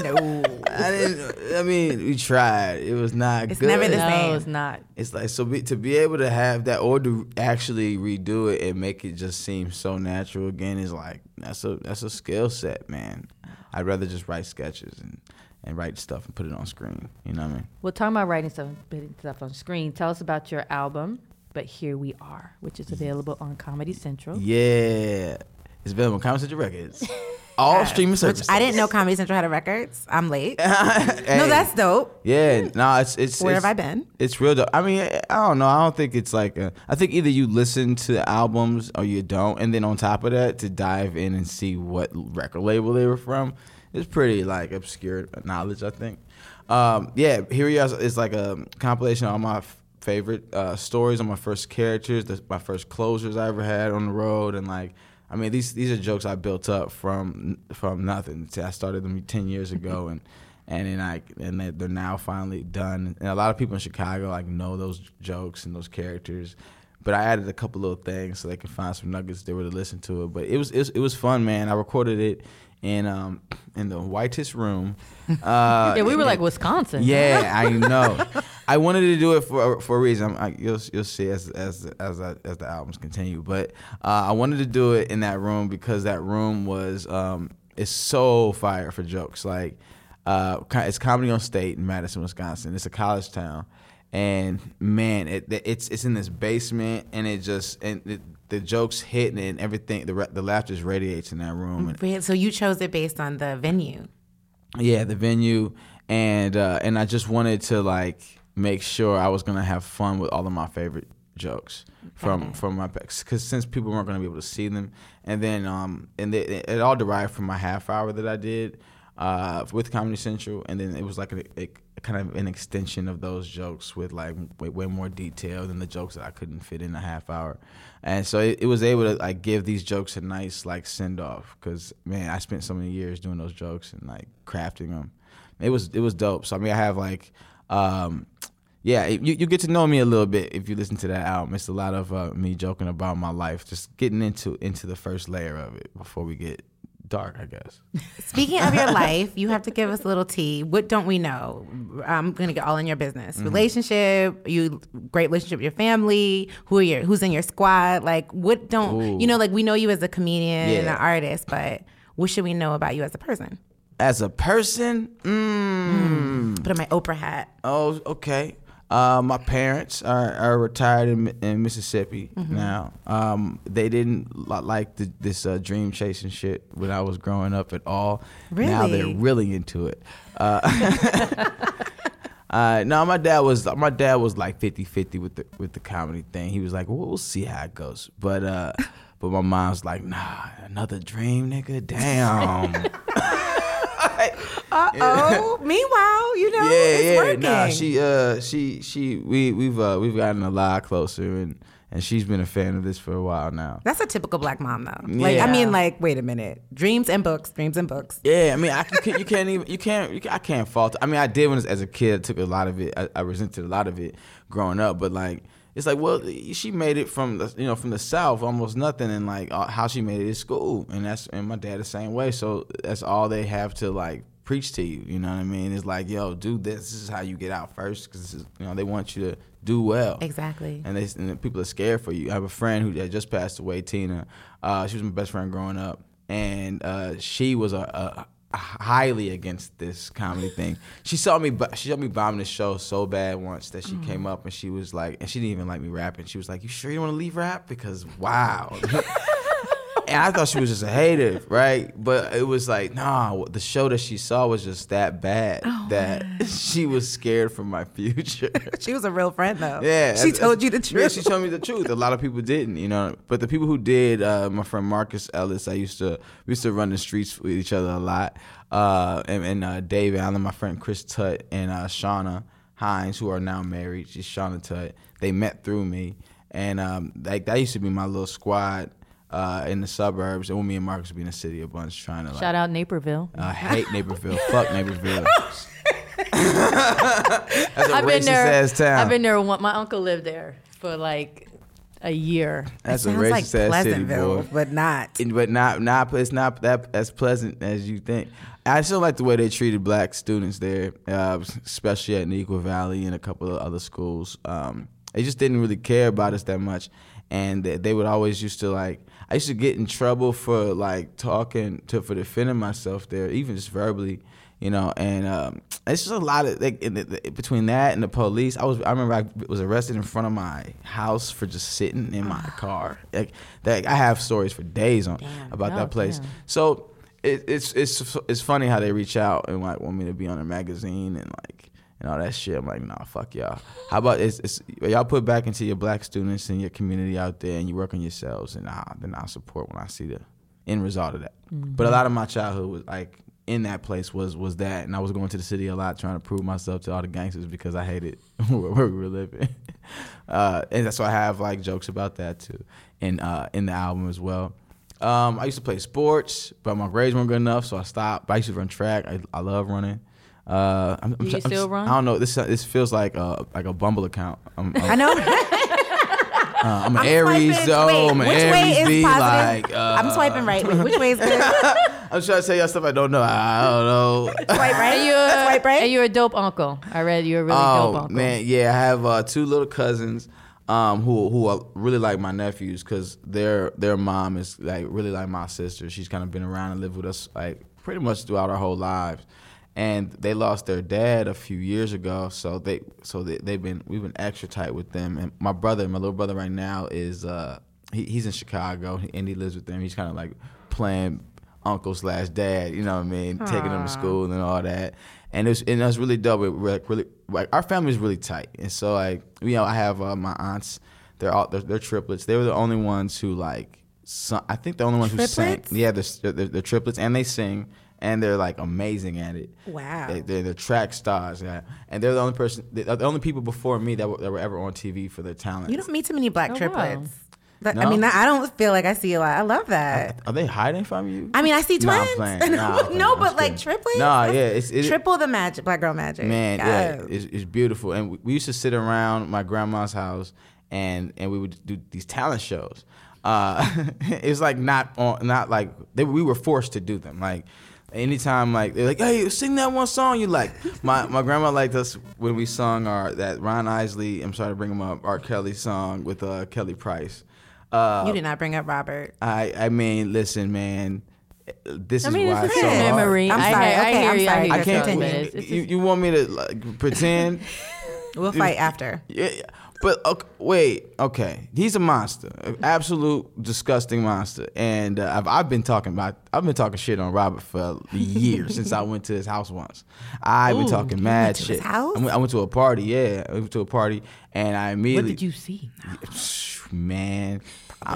no. I didn't. I mean, we tried. It was not It's good. never the No, same. it's not. It's like so be, to be able to have that or to actually redo it and make it just seem so natural again is like that's a that's a skill set, man. I'd rather just write sketches and and write stuff and put it on screen. You know what I mean? Well, talking about writing stuff, putting stuff on screen. Tell us about your album. But here we are, which is available on Comedy Central. Yeah, it's available on Comedy Central Records, all streaming Which services. I didn't know Comedy Central had a records. I'm late. Hey, No, that's dope. yeah. No, it's it's. Where it's- have I been? It's real. Dope. I mean, I I don't know. I don't think it's like. A, I think either you listen to albums or you don't, and then on top of that, to dive in and see what record label they were from, it's pretty like obscure knowledge. I think. Um, yeah, here we are. It's like a compilation of all my f- favorite uh, stories, on my first characters, the, my first closures I ever had on the road, and like. I mean, these these are jokes I built up from from nothing. See, I started them ten years ago, and and then I and they- they're now finally done. And a lot of people in Chicago like know those jokes and those characters. But I added a couple little things so they can find some nuggets they were to listen to it. But it was it was, it was fun, man. I recorded it in um in the whitest room. Uh, Yeah, we were like Wisconsin. yeah, I know. I wanted to do it for for a reason. i I, you'll you'll see as as as I, as the albums continue, but uh, I wanted to do it in that room because that room was um it's so fire for jokes. Like, uh, co- it's comedy on state in Madison, Wisconsin. It's a college town, and man, it, it's it's in this basement, and it just and it, the jokes hit and everything. The ra- the laughter just radiates in that room, and Wait, So you chose it based on the venue. yeah the venue and uh and i just wanted to like make sure i was gonna have fun with all of my favorite jokes from from my because since people weren't gonna be able to see them and then um and they, it all derived from my half hour that i did uh with comedy central and then it was like a, a kind of an extension of those jokes with like way, way more detail than the jokes that i couldn't fit in a half hour and so it, it was able to like give these jokes a nice like send off because man i spent so many years doing those jokes and like crafting them it was it was dope so i mean i have like um yeah you, you get to know me a little bit if you listen to that album it's a lot of uh, me joking about my life just getting into into the first layer of it before we get dark i guess Speaking of your life, you have to give us a little tea. What don't we know? I'm gonna get all in your business. Mm-hmm. Relationship, you great relationship with your family. Who are your who's in your squad? Like what don't you know? Like we know you as a comedian and Yeah. an artist, but what should we know about you as a person? as a person mm, Put on my Oprah hat. Oh, okay. Uh, my parents are, are retired in, in Mississippi now. Um, they didn't li- like the, this uh, dream chasing shit when I was growing up at all. Now they're Really? really into it. Uh, no, my dad was my dad was like 50-50 with the with the comedy thing. He was like, "Well, we'll see how it goes." But uh, but my mom's like, "Nah, another dream, nigga. Damn." Uh oh. Meanwhile, you know, yeah, it's yeah. working. Nah, she uh she she we we've uh we've gotten a lot closer and and she's been a fan of this for a while now. That's a typical black mom though. Like Yeah. I mean, like wait a minute, dreams and books, dreams and books. Yeah, I mean, I can, you can't even you can't you, can- I can't fault. I mean, I did when as a kid. I took a lot of it. I, I resented a lot of it growing up, but like. It's like, well, she made it from the, you know from the south, almost nothing, and like uh, how she made it is school, and that's and my dad the same way. So that's all they have to like preach to you. You know what I mean? It's like, yo, do this. This is how you get out first, because you know they want you to do well. Exactly. And they and people are scared for you. I have a friend who had just passed away, Tina. Uh, she was my best friend growing up, and uh, she was a, a highly against this comedy thing. She saw me, bu- she saw me bombing the show so bad once that she came up and she was like, and she didn't even like me rapping. She was like, "You sure you want to leave rap? Because wow." and I thought she was just a hater, right? But it was like, nah, the show that she saw was just that bad that she was scared for my future. She was a real friend though. Yeah, She that's- told you the that's- Yeah, truth. she told me the truth. A lot of people didn't, you know. But the people who did, uh, my friend Marcus Ellis, I used to we used to run the streets with each other a lot. Uh, and and uh, Dave Allen, my friend Chris Tutt, and uh, Shauna Hines, who are now married. She's Shauna Tutt. They met through me, and um, like that used to be my little squad. Uh, in the suburbs, and when me and Marcus would be in the city a bunch, trying to like, Shout out Naperville. I hate Naperville. Fuck Naperville. That's a I've been racist there. ass town. I've been there. one- My uncle lived there for like a year. That's a Sounds like racist ass city, Pleasantville, boy. but not. And- But not not it's not that as pleasant as you think. I still like the way they treated black students there, uh, especially at Nequa Valley and a couple of other schools. Um, they just didn't really care about us that much, and they, they would always used to like. I used to get in trouble for like talking to for defending myself there, even just verbally you know, and um, it's just a lot of like in the, the- between that and the police. I was I remember I was arrested in front of my house for just sitting in my car. Like that, I have stories for days on about Oh, that place. damn. So it, it's it's it's funny how they reach out and like want me to be on a magazine and like. And all that shit, I'm like, nah, fuck y'all. How about it's, it's y'all put back into your black students and your community out there, and you work on yourselves, and I, then I'll support when I see the end result of that. But a lot of my childhood was like in that place was was that, and I was going to the city a lot trying to prove myself to all the gangsters because I hated where, where we were living, uh, and that's why I have like jokes about that too, in uh, in the album as well. Um, I used to play sports, but my grades weren't good enough, so I stopped. But I used to run track. I, I love running. Uh, I'm, I'm, you still I'm, run? I don't know. This this feels like a like a Bumble account. I'm, I'm, I know. I'm an Aries swiping. though. Wait, I'm an which way Aries is B. positive? Like uh, I'm swiping right. Wait, which way is good? I'm trying to tell y'all stuff I don't know. I don't know. Swipe right. And you're, That's swipe right. and you're a dope uncle. I read you're a really dope Oh uncle. man, yeah, I have uh, two little cousins um, who who are really like my nephews because their their mom is like really like my sister. She's kind of been around and lived with us like pretty much throughout our whole lives. And they lost their dad a few years ago, so they so they, they've been we've been extra tight with them. And my brother, my little brother, right now is uh, he, he's in Chicago and he lives with them. He's kind of like playing uncle slash dad, you know what I mean, taking them to school and all that. And it's and that's really dope. It, we're like really like our family's really tight, and so like you know I have uh, my aunts. They're all they're, they're triplets. They were the only ones who like sung, I think the only ones who Triplets? sang. Yeah, they're, s- they're, they're triplets and they sing and they're like amazing at it. Wow. They, they're the track stars, yeah. and they're the only person, the, the only people before me that were, that were ever on TV for their talent. You don't meet too many black wow. triplets. But, Oh, I No? mean, I don't feel like I see a lot. I love that. Are they hiding from you? I mean, I see Nah, I'm twins. playing. Nah, I'm playing. no, I'm but just like kidding. triplets. Nah, That's yeah, it's- it- triple the magic, black girl magic. Man, Yes. yeah, it's, it's beautiful. And we, we used to sit around my grandma's house, and and we would do these talent shows. Uh, it's like not on, not like they, we were forced to do them. Like anytime, like they're like, hey, sing that one song you like. my my grandma liked us when we sung our that Ron Isley. I'm sorry to bring him up. R. Kelly song with uh, Kelly Price. Uh, you did not bring up Robert. I I mean, listen, man, this I mean, is it's why a it's so good hard. memory. I'm I sorry. hear- I Okay, hear I'm you. sorry. I I hear can't. you. Continue. It's- it's you, you want me to like pretend? We'll fight after. Yeah, yeah. but okay, wait, okay. He's a monster, an absolute disgusting monster, and uh, I've, I've been talking about, I've been talking shit on Robert for years since I went to his house once. I've Oh, been talking mad to shit. his house? I, went, I went to a party, yeah, I went to a party, and I immediately, What did you see? man,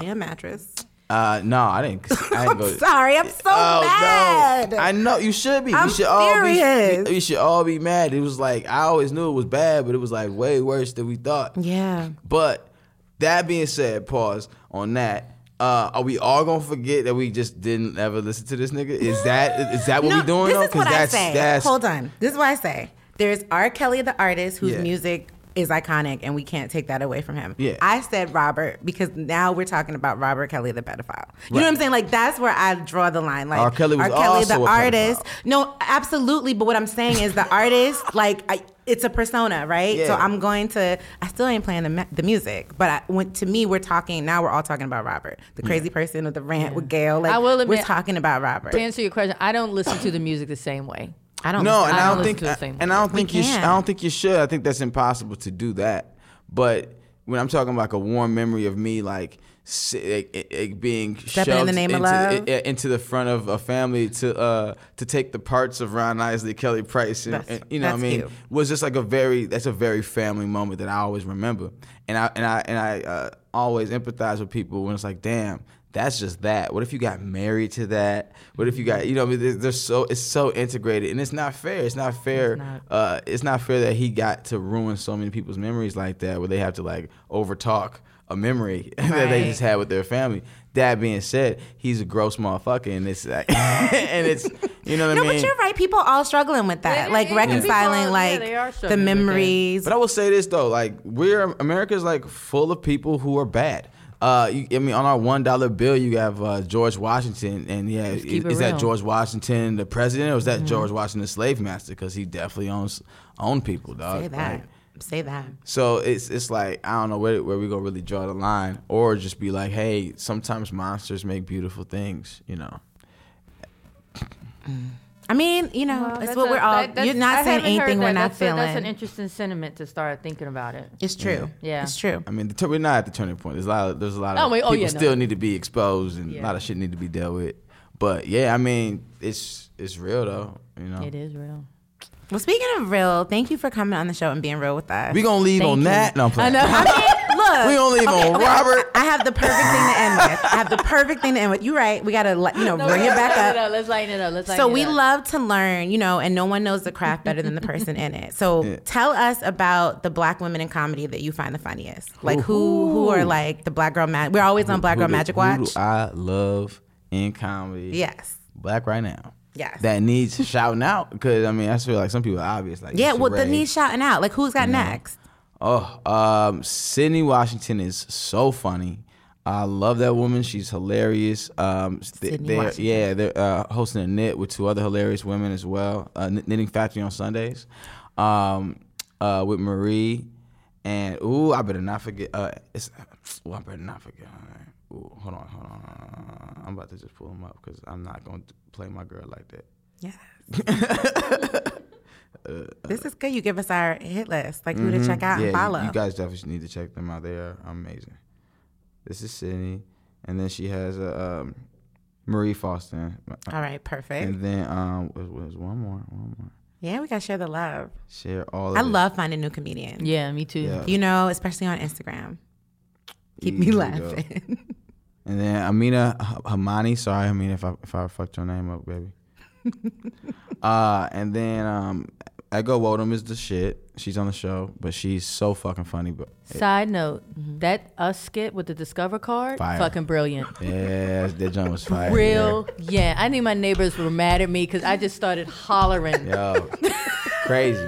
Lay a mattress. Uh, no, I didn't. I didn't go. Oh, Sorry, I'm so mad. No. I know you should be. I'm we should all furious. be. You should all be mad. It was like I always knew it was bad, but it was like way worse than we thought. yeah. But that being said, pause on that. Uh, are we all gonna forget that we just didn't ever listen to this nigga? Is that is that what we doing? This though? is 'Cause what that's, I say. That's, Hold on. This is what I say. There's R. Kelly, the artist, whose Yeah. music is iconic, and we can't take that away from him. Yeah. I said Robert because now we're talking about Robert Kelly, the pedophile. You know what I'm saying? Like that's where I draw the line. Like R. Kelly was also the a pedophile. artist. No, absolutely. But what I'm saying is the artist, like, I, it's a persona, right? So Yeah. I'm going to. I still ain't playing the, mu- the music, but I, when, to me, we're talking now. We're all talking about Robert, the crazy person with the rant with Gail. Like, I will we're admit- talking about Robert. To answer your question, I don't listen to the music the same way. I don't No, listen- and I I don't don't listen think, to the same and I don't think you, sh- can. I don't think you should. I think that's impossible to do that. But when I'm talking like a warm memory of me, like si- it, it- it being Stepping in the shoved name of into, love. i- i- into the front of a family to uh to take the parts of Ron Isley, Kelly Price, and, That's- and- you know what I that's mean, cute. was just like a very that's a very family moment that I always remember, and I and I and I uh, always empathize with people when it's like, damn. That's just that. What if you got married to that? What if you got, you know, what I mean, They're- they're so it's so integrated, and it's not fair. It's not fair. It's not, uh, it's not fair that he got to ruin so many people's memories like that, where they have to like overtalk a memory that they just had with their family. That being said, he's a gross motherfucker, and it's like, and it's, you know what No, I mean. but you're right. People all struggling with that, Yeah, like yeah, yeah. reconciling, People- yeah, like they are the struggling with that. memories. But I will say this though, like we're America's like full of people who are bad. Uh, you, I mean, on our one dollar bill, you have uh, George Washington, and yeah, is, keep it is that real. Mm-hmm. George Washington the president, or is that George Washington the slave master? Because he definitely owns owned people, dog. Say that. Like, Say that. so it's it's like I don't know where where we gonna really draw the line, or just be like, hey, sometimes monsters make beautiful things, you know. I mean, you know, it's what we're all. you're not saying anything we're not feeling. that's an interesting sentiment to start thinking about it. it's true. Yeah. it's true. I mean, the tur- we're not at the turning point. There's a lot. Of, there's a lot of Oh, wait, oh, people yeah, no. still need to be exposed, and a Yeah. lot of shit need to be dealt with. But yeah, I mean, it's it's real though. You know, It is real. Well, speaking of real, thank you for coming on the show and being real with us. we gonna leave Thank on you. that. No, I'm playing. I mean, look, We gonna leave on Robert. I have the perfect thing to end with. I have the perfect thing to end with. You're right. We gotta, let- you know, bring it back up. Let's lighten it up. Let's So we love to learn, you know, and no one knows the craft better than the person in it. So tell us about the black women in comedy that you find the funniest. Like who who are like the black girl mag We're always on Black Girl Who do- Magic Who Watch. do I love in comedy? Yes. black right now. Yes. that needs shouting out because I mean, I feel like some people are obvious. Like Yeah, Issa well, the Rae. knees shouting out. Like who's got next? Oh, um, Sydney Washington is so funny. I love that woman. She's hilarious. Um, they- Sydney they're- Washington. Yeah, they're uh, hosting a knit with two other hilarious women as well. Uh, Kn- Knitting Factory on Sundays um, uh, with Marie. And, ooh, I better not forget. Uh, it's, ooh, I better not forget. her. Ooh, hold on, hold on, hold on, hold on. I'm about to just pull them up because I'm not going to play my girl like that. Yes. this is good. You give us our hit list, like who to check out Mm-hmm. yeah, and you- follow. You, guys definitely need to check them out. They are amazing. This is Sydney, and then she has a um, Marie Foster, All right, perfect. and then um, was, was one more, one more. Yeah, we gotta share the love. Share all. Of I it. love finding new comedians. Yeah, me too. Yeah. You know, especially on Instagram. Keep Here me we laughing. And then Amina H- Hamani. Sorry, Amina, if I if I fucked your name up, baby. uh, and then um, Echo Wodum is the shit. She's on the show, but she's so fucking funny. But Side note, that us skit with the Discover card, Fire. fucking brilliant. yeah, that joint was fire. Real, yeah. I think my neighbors were mad at me because I just started hollering. Yo, crazy,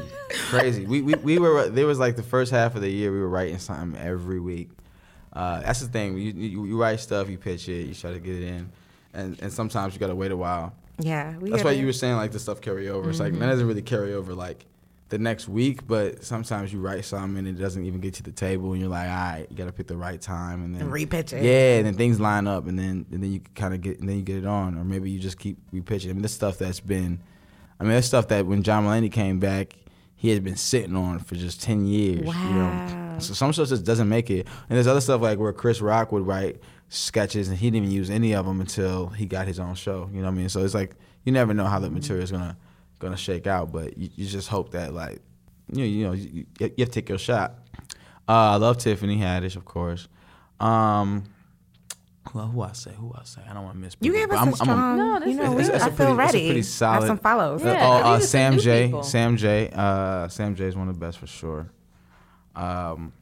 crazy. We, we we were there was like the first half of the year we were writing something every week. Uh, that's the thing. You, you you write stuff, you pitch it, you try to get it in, and and sometimes you gotta wait a while. yeah, we Mm-hmm. That's why gotta- you were saying like the stuff carry over. It's like that doesn't really carry over like the next week, but sometimes you write something and it doesn't even get to the table, and you're like, all right, you gotta pick the right time, and then And repitch it. Yeah, and then things line up, and then and then you kind of get and then you get it on, or maybe you just keep repitching. I mean, this stuff that's been, I mean, this stuff that when John Mulaney came back, he had been sitting on for just ten years. You know? Wow. So some stuff just doesn't make it, and there's other stuff like where Chris Rock would write sketches, and he didn't even use any of them until he got his own show. You know what I mean? So it's like you never know how Mm-hmm. the material's gonna gonna shake out, but you, you just hope that like you know, you know you, you you have to take your shot. Uh, I love Tiffany Haddish, of course. Um, Well, who I say? Who I say? I don't want to miss. You people, gave but us a strong. No, this you know, is- we- It's- it's I a feel pretty- it's a ready. pretty solid- Have some follows. Yeah. oh, uh, these are some Sam new J. people. Sam J. Uh, Sam J. is one of the best for sure. Um,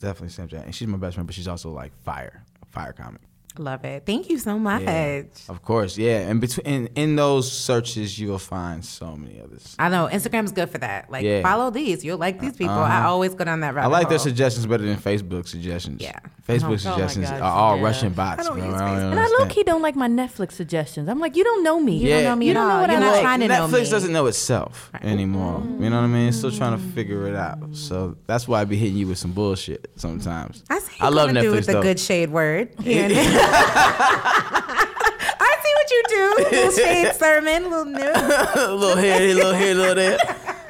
definitely Sam J. And she's my best friend, but she's also like fire, fire comic. Love it. Thank you so much. Yeah, of course, yeah. And between in, in those searches, you will find so many others. I know Instagram's good for that. Like Yeah. Uh-huh. follow these. You'll like these people. I always go down that route. I like their suggestions better than Facebook suggestions. Yeah. Facebook Oh my suggestions God, are all yeah. Russian bots. don't bro. use don't And I understand. low key don't like my Netflix suggestions. I'm like, you don't know me. You Yeah. don't know me. You You don't don't know what know. I You're not like. trying to know Netflix me. doesn't know itself anymore. You know what I mean? It's still trying to figure it out. So that's why I be hitting you with some bullshit sometimes. I see. I love Do Netflix with the though. good shade word. here and there. I see what you do. Little shade sermon. Little new. little here, little here, little there.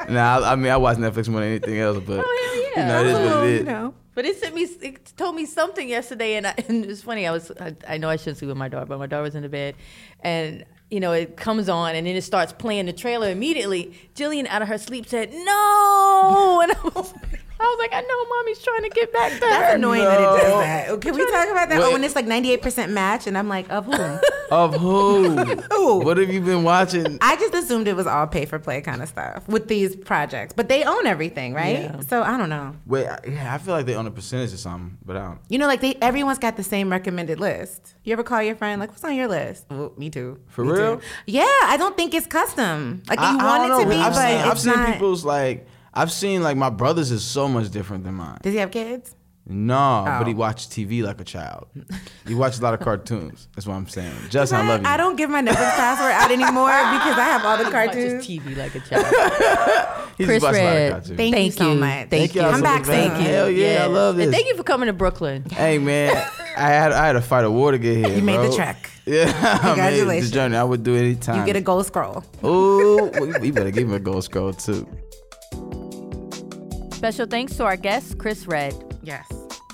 Nah, I, I mean I watch Netflix more than anything else, but Oh, hell yeah. you know it is what it is. You know. But it sent me, it told me something yesterday, and, I, and it was funny. I was, I, I know I shouldn't sleep with my daughter, but my daughter was in the bed, and you know it comes on, and then it starts playing the trailer immediately. Jillian, out of her sleep, said no, and I was, I was like, I know, mommy's trying to get back to That's her. annoying that it does that. Can we talk about that? Wait. Oh, when it's like 98% match, and I'm like, of whom? Of who? Who? What have you been watching? I just assumed it was all pay for play kind of stuff with these projects, but they own everything, right? Yeah. So I don't know. Wait, I- yeah, I feel like they own a percentage or something, but I don't. You know, like they everyone's got the same recommended list. You ever call your friend like, "What's on your list?" Well, me too. For Me real? too. Yeah, I don't think it's custom. Like I, you I want don't it to know. be, I've but seen, it's I've seen not. people's like I've seen like my brother's is so much different than mine. Does he have kids? No, Oh. but he watched TV like a child. He watched a lot of cartoons. That's what I'm saying. Justin, I, love you. I don't give my Netflix password out anymore because I have all the Watches cartoons. TV like a child. He Chris just watched a lot Red. of cartoons. Thank, you Thank so you. much. Thank you. y'all Come so back much, soon. man. Hell yeah, I love And this. thank you for coming to Brooklyn. Hey man, I had I had to fight a war to get here. You made the bro. trek. Yeah, I made the Congratulations. journey. I would do it anytime. You get a gold scroll. Ooh, we- we better give him a gold scroll too. Special thanks to our guest, Chris Red. Yes.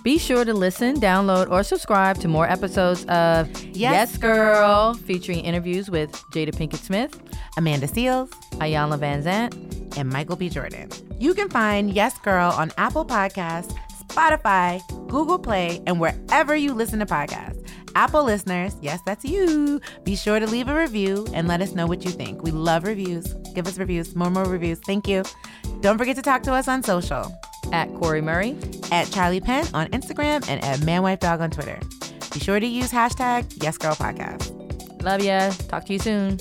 Be sure to listen, download, or subscribe to more episodes of Yes, Girl, featuring interviews with Jada Pinkett Smith, Amanda Seals. Ayanna Van Zant, and Michael B. Jordan. You can find Yes Girl on Apple Podcasts, Spotify, Google Play, and wherever you listen to podcasts. Apple listeners, yes, that's you. Be sure to leave a review and let us know what you think. We love reviews. Give us reviews, more, more reviews. Thank you. Don't forget to talk to us on social at Corey Murray. at Charlie Penn on Instagram and at Man Wife Dog on Twitter. Be sure to use hashtag Yes Girl Podcast. Love ya. Talk to you soon.